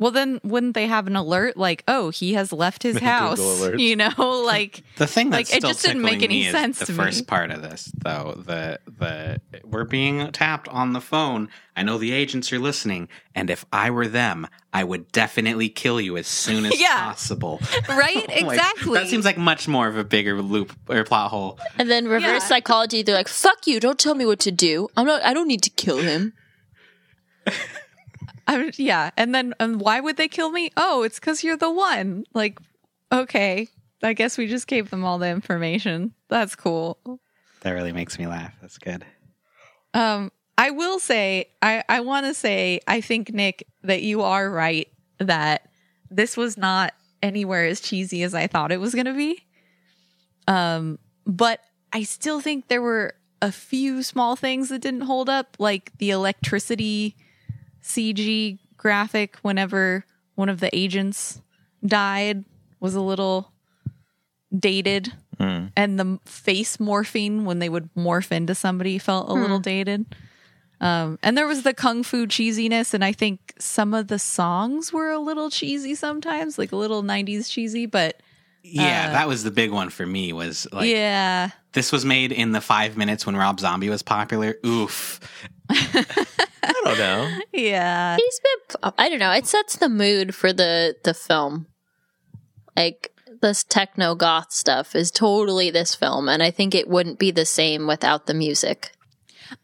Speaker 4: Well, then wouldn't they have an alert like, "Oh, he has left his house"? (laughs)
Speaker 2: alerts.
Speaker 4: You know, (laughs) like
Speaker 3: The thing that's
Speaker 4: Like, it
Speaker 3: still
Speaker 4: just didn't make
Speaker 3: tickling
Speaker 4: any
Speaker 3: me is
Speaker 4: sense
Speaker 3: The
Speaker 4: to me.
Speaker 3: first part of this, though, the the we're being tapped on the phone. I know the agents are listening, and if I were them, I would definitely kill you as soon as
Speaker 4: (laughs) Yeah.
Speaker 3: possible. (laughs)
Speaker 4: right?
Speaker 3: Like,
Speaker 4: exactly.
Speaker 3: Oh that seems like much more of a bigger loop or plot hole.
Speaker 1: And then reverse
Speaker 4: Yeah.
Speaker 1: psychology, they're like, "Fuck you! Don't tell me what to do. I'm not. I don't need to kill him."
Speaker 4: I'm, yeah. And then and why would they kill me? Oh, it's because you're the one. Like, okay. I guess we just gave them all the information. That's cool.
Speaker 3: That really makes me laugh. That's good.
Speaker 4: Um, I will say, I, I want to say, I think, Nick, that you are right that this was not anywhere as cheesy as I thought it was going to be. Um, but I still think there were a few small things that didn't hold up, like the electricity CG graphic whenever one of the agents died was a little dated and the m- face morphing when they would morph into somebody felt a little dated. Um, and there was the kung fu cheesiness, and I think some of the songs were a little cheesy sometimes, like a little '90s cheesy. But Uh,
Speaker 3: Yeah, that was the big one for me. Was like
Speaker 4: yeah,
Speaker 3: this was made in the five minutes when Rob Zombie was popular. Oof.
Speaker 2: I don't
Speaker 4: (laughs)
Speaker 2: know.
Speaker 4: yeah,
Speaker 1: He's been. I don't know. It sets the mood for the the film. Like this techno goth stuff is totally this film, and I think it wouldn't be the same without the music.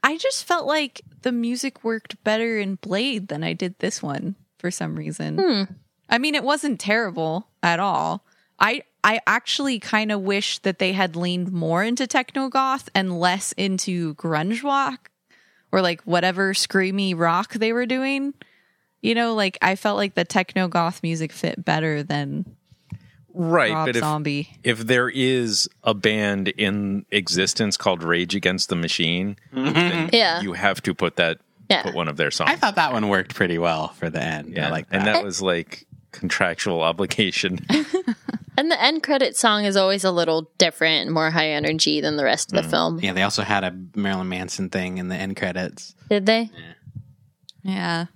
Speaker 4: I just felt like the music worked better in Blade than I did this one for some reason.
Speaker 1: Hmm.
Speaker 4: I mean, it wasn't terrible at all. I I actually kind of wish that they had leaned more into techno goth and less into grunge rock or like whatever screamy rock they were doing. You know, like I felt like the techno goth music fit better than
Speaker 2: Right,
Speaker 4: Rob
Speaker 2: but if
Speaker 4: Zombie.
Speaker 2: if there is a band in existence called Rage Against the Machine, then
Speaker 1: Yeah.
Speaker 2: you have to put that
Speaker 1: Uh-huh. Yeah.
Speaker 2: put one of their songs.
Speaker 3: I thought that one worked pretty well for the end.
Speaker 2: yeah,
Speaker 3: I like that.
Speaker 2: and that was like contractual
Speaker 3: (laughs)
Speaker 2: obligation.
Speaker 1: And the end credit song is always a little different, and more high energy than the rest of the film.
Speaker 3: yeah, they also had a Marilyn Manson thing in the end credits.
Speaker 1: Did they?
Speaker 4: Yeah.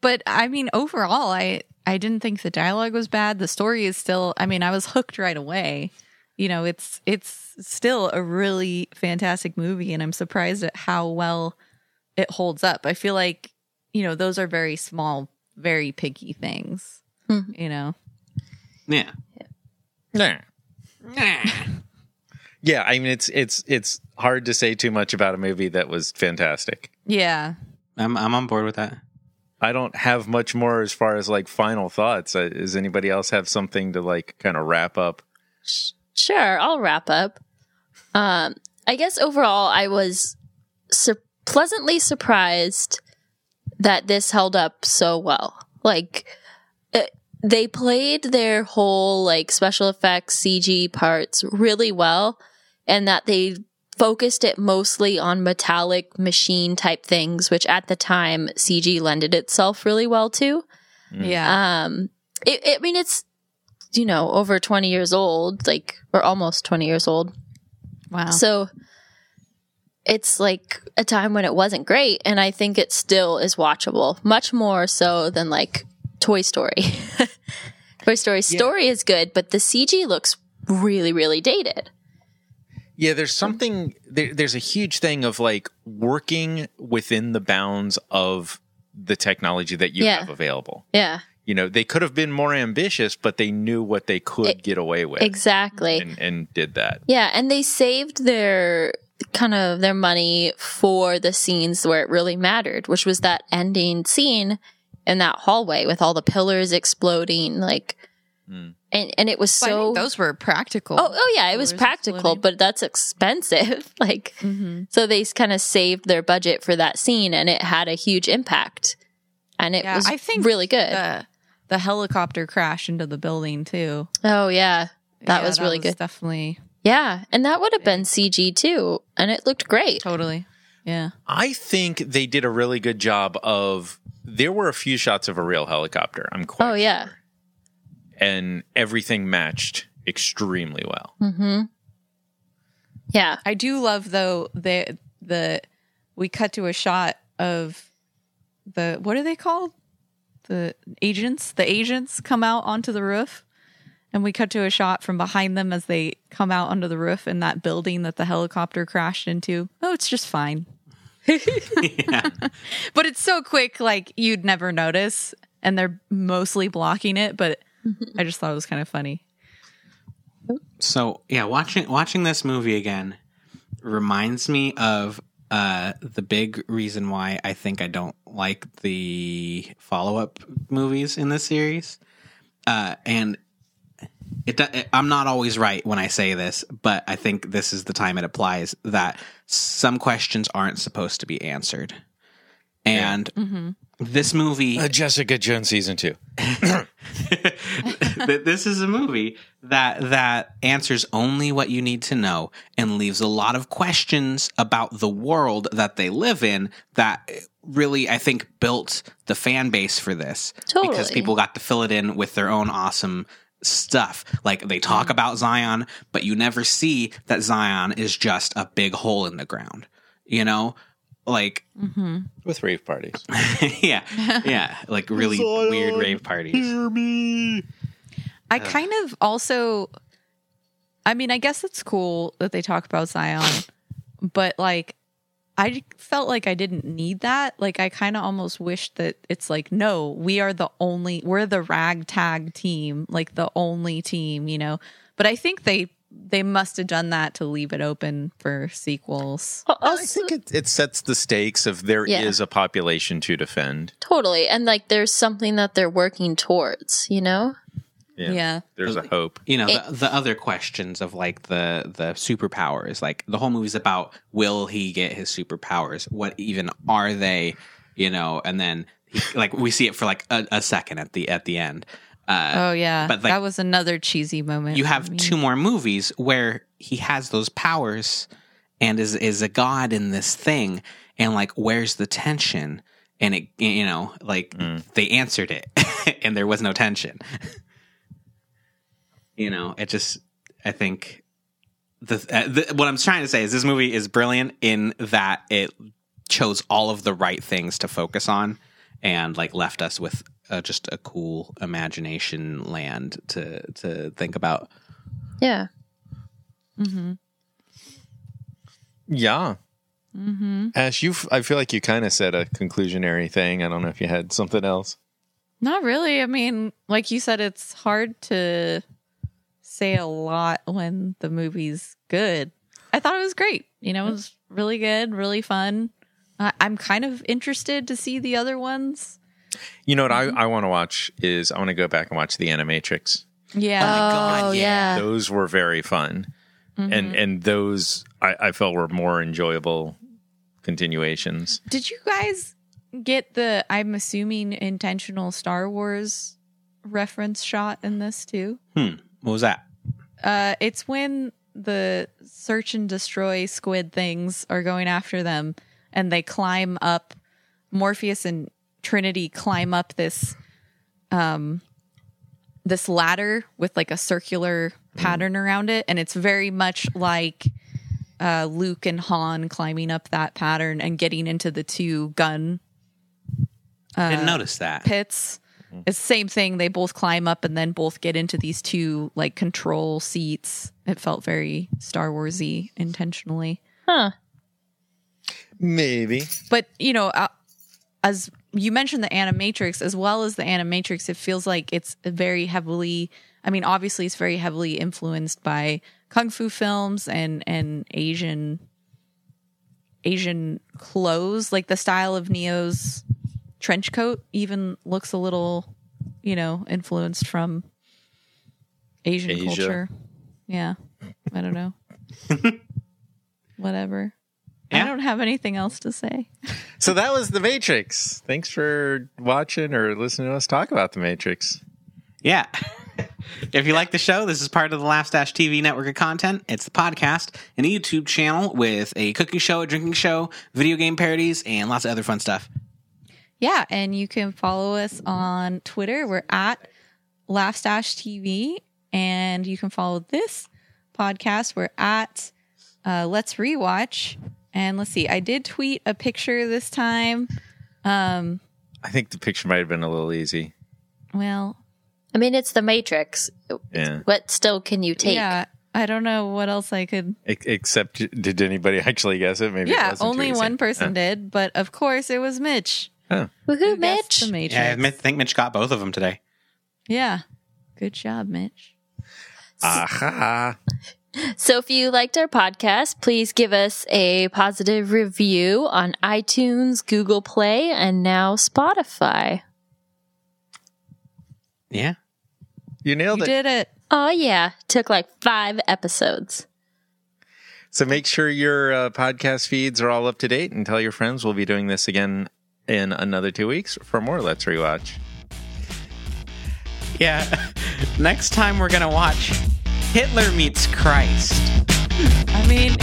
Speaker 4: But I mean, overall, I I didn't think the dialogue was bad. The story is still, I mean, I was hooked right away. You know, it's it's still a really fantastic movie and I'm surprised at how well it holds up. I feel like, you know, those are very small, very picky things.
Speaker 1: Mhm.
Speaker 4: You know.
Speaker 3: (laughs) Yeah.
Speaker 2: nah.
Speaker 3: Nah.
Speaker 2: Yeah, I mean it's it's it's hard to say too much about a movie that was fantastic.
Speaker 4: Yeah.
Speaker 3: I'm I'm on board with that.
Speaker 2: I don't have much more as far as like final thoughts. Uh, Does anybody else have something to like kind of wrap up?
Speaker 1: Sure, I'll wrap up. Um, I guess overall, I was su- pleasantly surprised that this held up so well. Like, it, they played their whole like special effects CG parts really well, and that they focused it mostly on metallic machine type things, which at the time CG lended itself really well to.
Speaker 4: Yeah.
Speaker 1: Um, it, it, I mean, it's, you know, over 20 years old, like, or almost 20 years old.
Speaker 4: wow.
Speaker 1: So it's like a time when it wasn't great. And I think it still is watchable, much more so than like Toy Story. (laughs) Toy Story story is good, but the CG looks really, really dated.
Speaker 2: Yeah, there's something there, there's a huge thing of like working within the bounds of the technology that you
Speaker 1: Yeah.
Speaker 2: have available.
Speaker 1: Yeah,
Speaker 2: You know, they could have been more ambitious, but they knew what they could
Speaker 1: It-
Speaker 2: get away with
Speaker 1: E- exactly.
Speaker 2: and, and did that.
Speaker 1: Yeah, and they saved their kind of their money for the scenes where it really mattered, which was that ending scene in that hallway with all the pillars exploding, like,
Speaker 3: Hmm.
Speaker 2: Mm.
Speaker 1: and and it was
Speaker 4: But I
Speaker 1: so.
Speaker 4: think those were practical.
Speaker 1: oh, oh yeah, it was
Speaker 4: Pillars
Speaker 1: practical,
Speaker 4: exploding.
Speaker 1: but that's expensive. (laughs) like,
Speaker 4: Mhm.
Speaker 1: so they kind of saved their budget for that scene, and it had a huge impact, and it
Speaker 4: Yeah,
Speaker 1: was
Speaker 4: I think
Speaker 1: really good.
Speaker 4: The, the helicopter crash into the building too.
Speaker 1: oh yeah, that
Speaker 4: Yeah,
Speaker 1: was really good.
Speaker 4: Definitely.
Speaker 1: Yeah, and that would have been CG too, and it looked great.
Speaker 4: Totally. Yeah.
Speaker 2: I think they did a really good job of there were a few shots of a real helicopter. I'm quite
Speaker 1: Oh yeah.
Speaker 2: sure. and everything matched extremely well.
Speaker 1: Mm-hmm. Yeah.
Speaker 4: I do love though the the we cut to a shot of the what are they called? The agents. The agents come out onto the roof. And we cut to a shot from behind them as they come out under the roof in that building that the helicopter crashed into. Oh, it's just fine.
Speaker 3: (laughs) yeah.
Speaker 4: But it's so quick, like you'd never notice. And they're mostly blocking it, but (laughs) I just thought it was kind of funny.
Speaker 3: So yeah, watching watching this movie again reminds me of uh the big reason why I think I don't like the follow up movies in this series. Uh, and it, do- it, I'm not always right when I say this, but I think this is the time it applies that some questions aren't supposed to be answered. And
Speaker 4: Mm-hmm.
Speaker 3: this movie
Speaker 2: Uh, Jessica Jones season two.
Speaker 3: that this is a movie that that answers only what you need to know and leaves a lot of questions about the world that they live in that really I think built the fan base for this because
Speaker 1: Totally.
Speaker 3: people got to fill it in with their own awesome stuff like they talk about Zion but you never see that Zion is just a big hole in the ground you know like (laughs)
Speaker 4: Mm-hmm.
Speaker 2: with rave parties.
Speaker 3: yeah, yeah, like really weird rave parties.
Speaker 2: me.
Speaker 4: I
Speaker 3: Ugh.
Speaker 4: kind of also, I mean, I guess it's cool that they talk about Zion, but like, I felt like I didn't need that. Like, I kind of almost wished that it's like, no, we are the only, we're the ragtag team, like the only team, you know. But I think they they must have done that to leave it open for sequels.
Speaker 2: I think it, it sets the stakes of there is
Speaker 1: Yeah.
Speaker 2: a population to defend.
Speaker 1: Totally. And like there's something that they're working towards, you know?
Speaker 2: Yeah. There's a hope.
Speaker 3: You know, the, the other questions of like the the superpowers, like the whole movie's about will he get his superpowers? What even are they? You know, and then he, like we see it for like a, a second at the at the end. Uh,
Speaker 4: Oh yeah,
Speaker 3: But, like,
Speaker 4: that was another cheesy moment.
Speaker 3: you
Speaker 4: for
Speaker 3: have
Speaker 4: me.
Speaker 3: two more movies where he has those powers and is is a god in this thing and like where's the tension and it you know like
Speaker 2: Mm.
Speaker 3: they answered it (laughs) and there was no tension (laughs) you know it just i think the, uh, the what i'm trying to say is this movie is brilliant in that it chose all of the right things to focus on and like left us with uh, just a cool imagination land to to think about
Speaker 1: Yeah.
Speaker 4: Mhm.
Speaker 2: Yeah.
Speaker 4: Mhm.
Speaker 2: Ash, you I feel like you kind of said a conclusionary thing. I don't know if you had something else.
Speaker 4: Not really. I mean, like you said, it's hard to say a lot when the movie's good. I thought it was great. You know, it was really good, really fun. I I'm kind of interested to see the other ones.
Speaker 2: You know what
Speaker 4: Mm-hmm.
Speaker 2: I, I want to watch is I want to go back and watch the Animatrix.
Speaker 4: Yeah. Mm-hmm.
Speaker 1: oh, yeah.
Speaker 2: Those were very fun.
Speaker 4: mhm.
Speaker 2: And and those I, I felt were more enjoyable continuations.
Speaker 4: Did you guys get the, I'm assuming, intentional Star Wars reference shot in this too?
Speaker 3: what was that
Speaker 4: Uh, it's when the search and destroy squid things are going after them, and they climb up. Morpheus and Trinity climb up this, um, this ladder with like a circular pattern around it, and it's very much like uh, Luke and Han climbing up that pattern and getting into the two gun
Speaker 1: Uh,
Speaker 3: i didn't notice that
Speaker 4: pits. It's the same thing. They both climb up and then both get into these two like control seats. It felt very Star Warsy intentionally.
Speaker 1: Huh.
Speaker 2: Maybe.
Speaker 4: But you know, uh, as you mentioned, the animatrix as well as the animatrix, it feels like it's very heavily. I mean, obviously, it's very heavily influenced by kung fu films and and Asian Asian clothes, like the style of Neo's trench coat even looks a little, you know, influenced from Asian
Speaker 2: Asia.
Speaker 4: culture. Yeah. I don't know. Whatever.
Speaker 3: Yeah.
Speaker 4: I don't have anything else to say.
Speaker 2: So that was The Matrix. Thanks for watching or listening to us talk about The Matrix.
Speaker 3: Yeah. (laughs) if you like the show, this is part of the Laugh Stash TV network of content. It's the podcast and a YouTube channel with a cooking show, a drinking show, video game parodies, and lots of other fun stuff.
Speaker 4: Yeah, and you can follow us on Twitter. We're at Laughstash TV, and you can follow this podcast. We're at uh, Let's Rewatch, and let's see. I did tweet a picture this time. Um,
Speaker 2: I think the picture might have been a little easy.
Speaker 4: well,
Speaker 1: I mean, it's the Matrix.
Speaker 2: Yeah.
Speaker 1: What still can you take?
Speaker 4: yeah, I don't know what else I could.
Speaker 2: E- except did anybody (laughs) actually guess it? Maybe it
Speaker 4: yeah,
Speaker 2: wasn't too
Speaker 4: only
Speaker 2: easy.
Speaker 4: one person did, but of course it was Mitch.
Speaker 1: Woohoo,
Speaker 4: Who guessed
Speaker 1: Mitch.
Speaker 4: the Matrix.
Speaker 3: Yeah, I admit- think Mitch got both of them today.
Speaker 4: yeah, good job, Mitch.
Speaker 2: Uh, (laughs) Aha.
Speaker 1: So if you liked our podcast, please give us a positive review on iTunes, Google Play, and now Spotify.
Speaker 3: Yeah.
Speaker 2: You nailed
Speaker 4: You
Speaker 2: it.
Speaker 4: did it.
Speaker 1: Oh, yeah. Took like five episodes.
Speaker 2: So make sure your uh, podcast feeds are all up to date and tell your friends we'll be doing this again in another two weeks for more Let's Rewatch.
Speaker 3: Yeah. (laughs) Next time we're going to watch Hitler Meets Christ.
Speaker 4: I mean,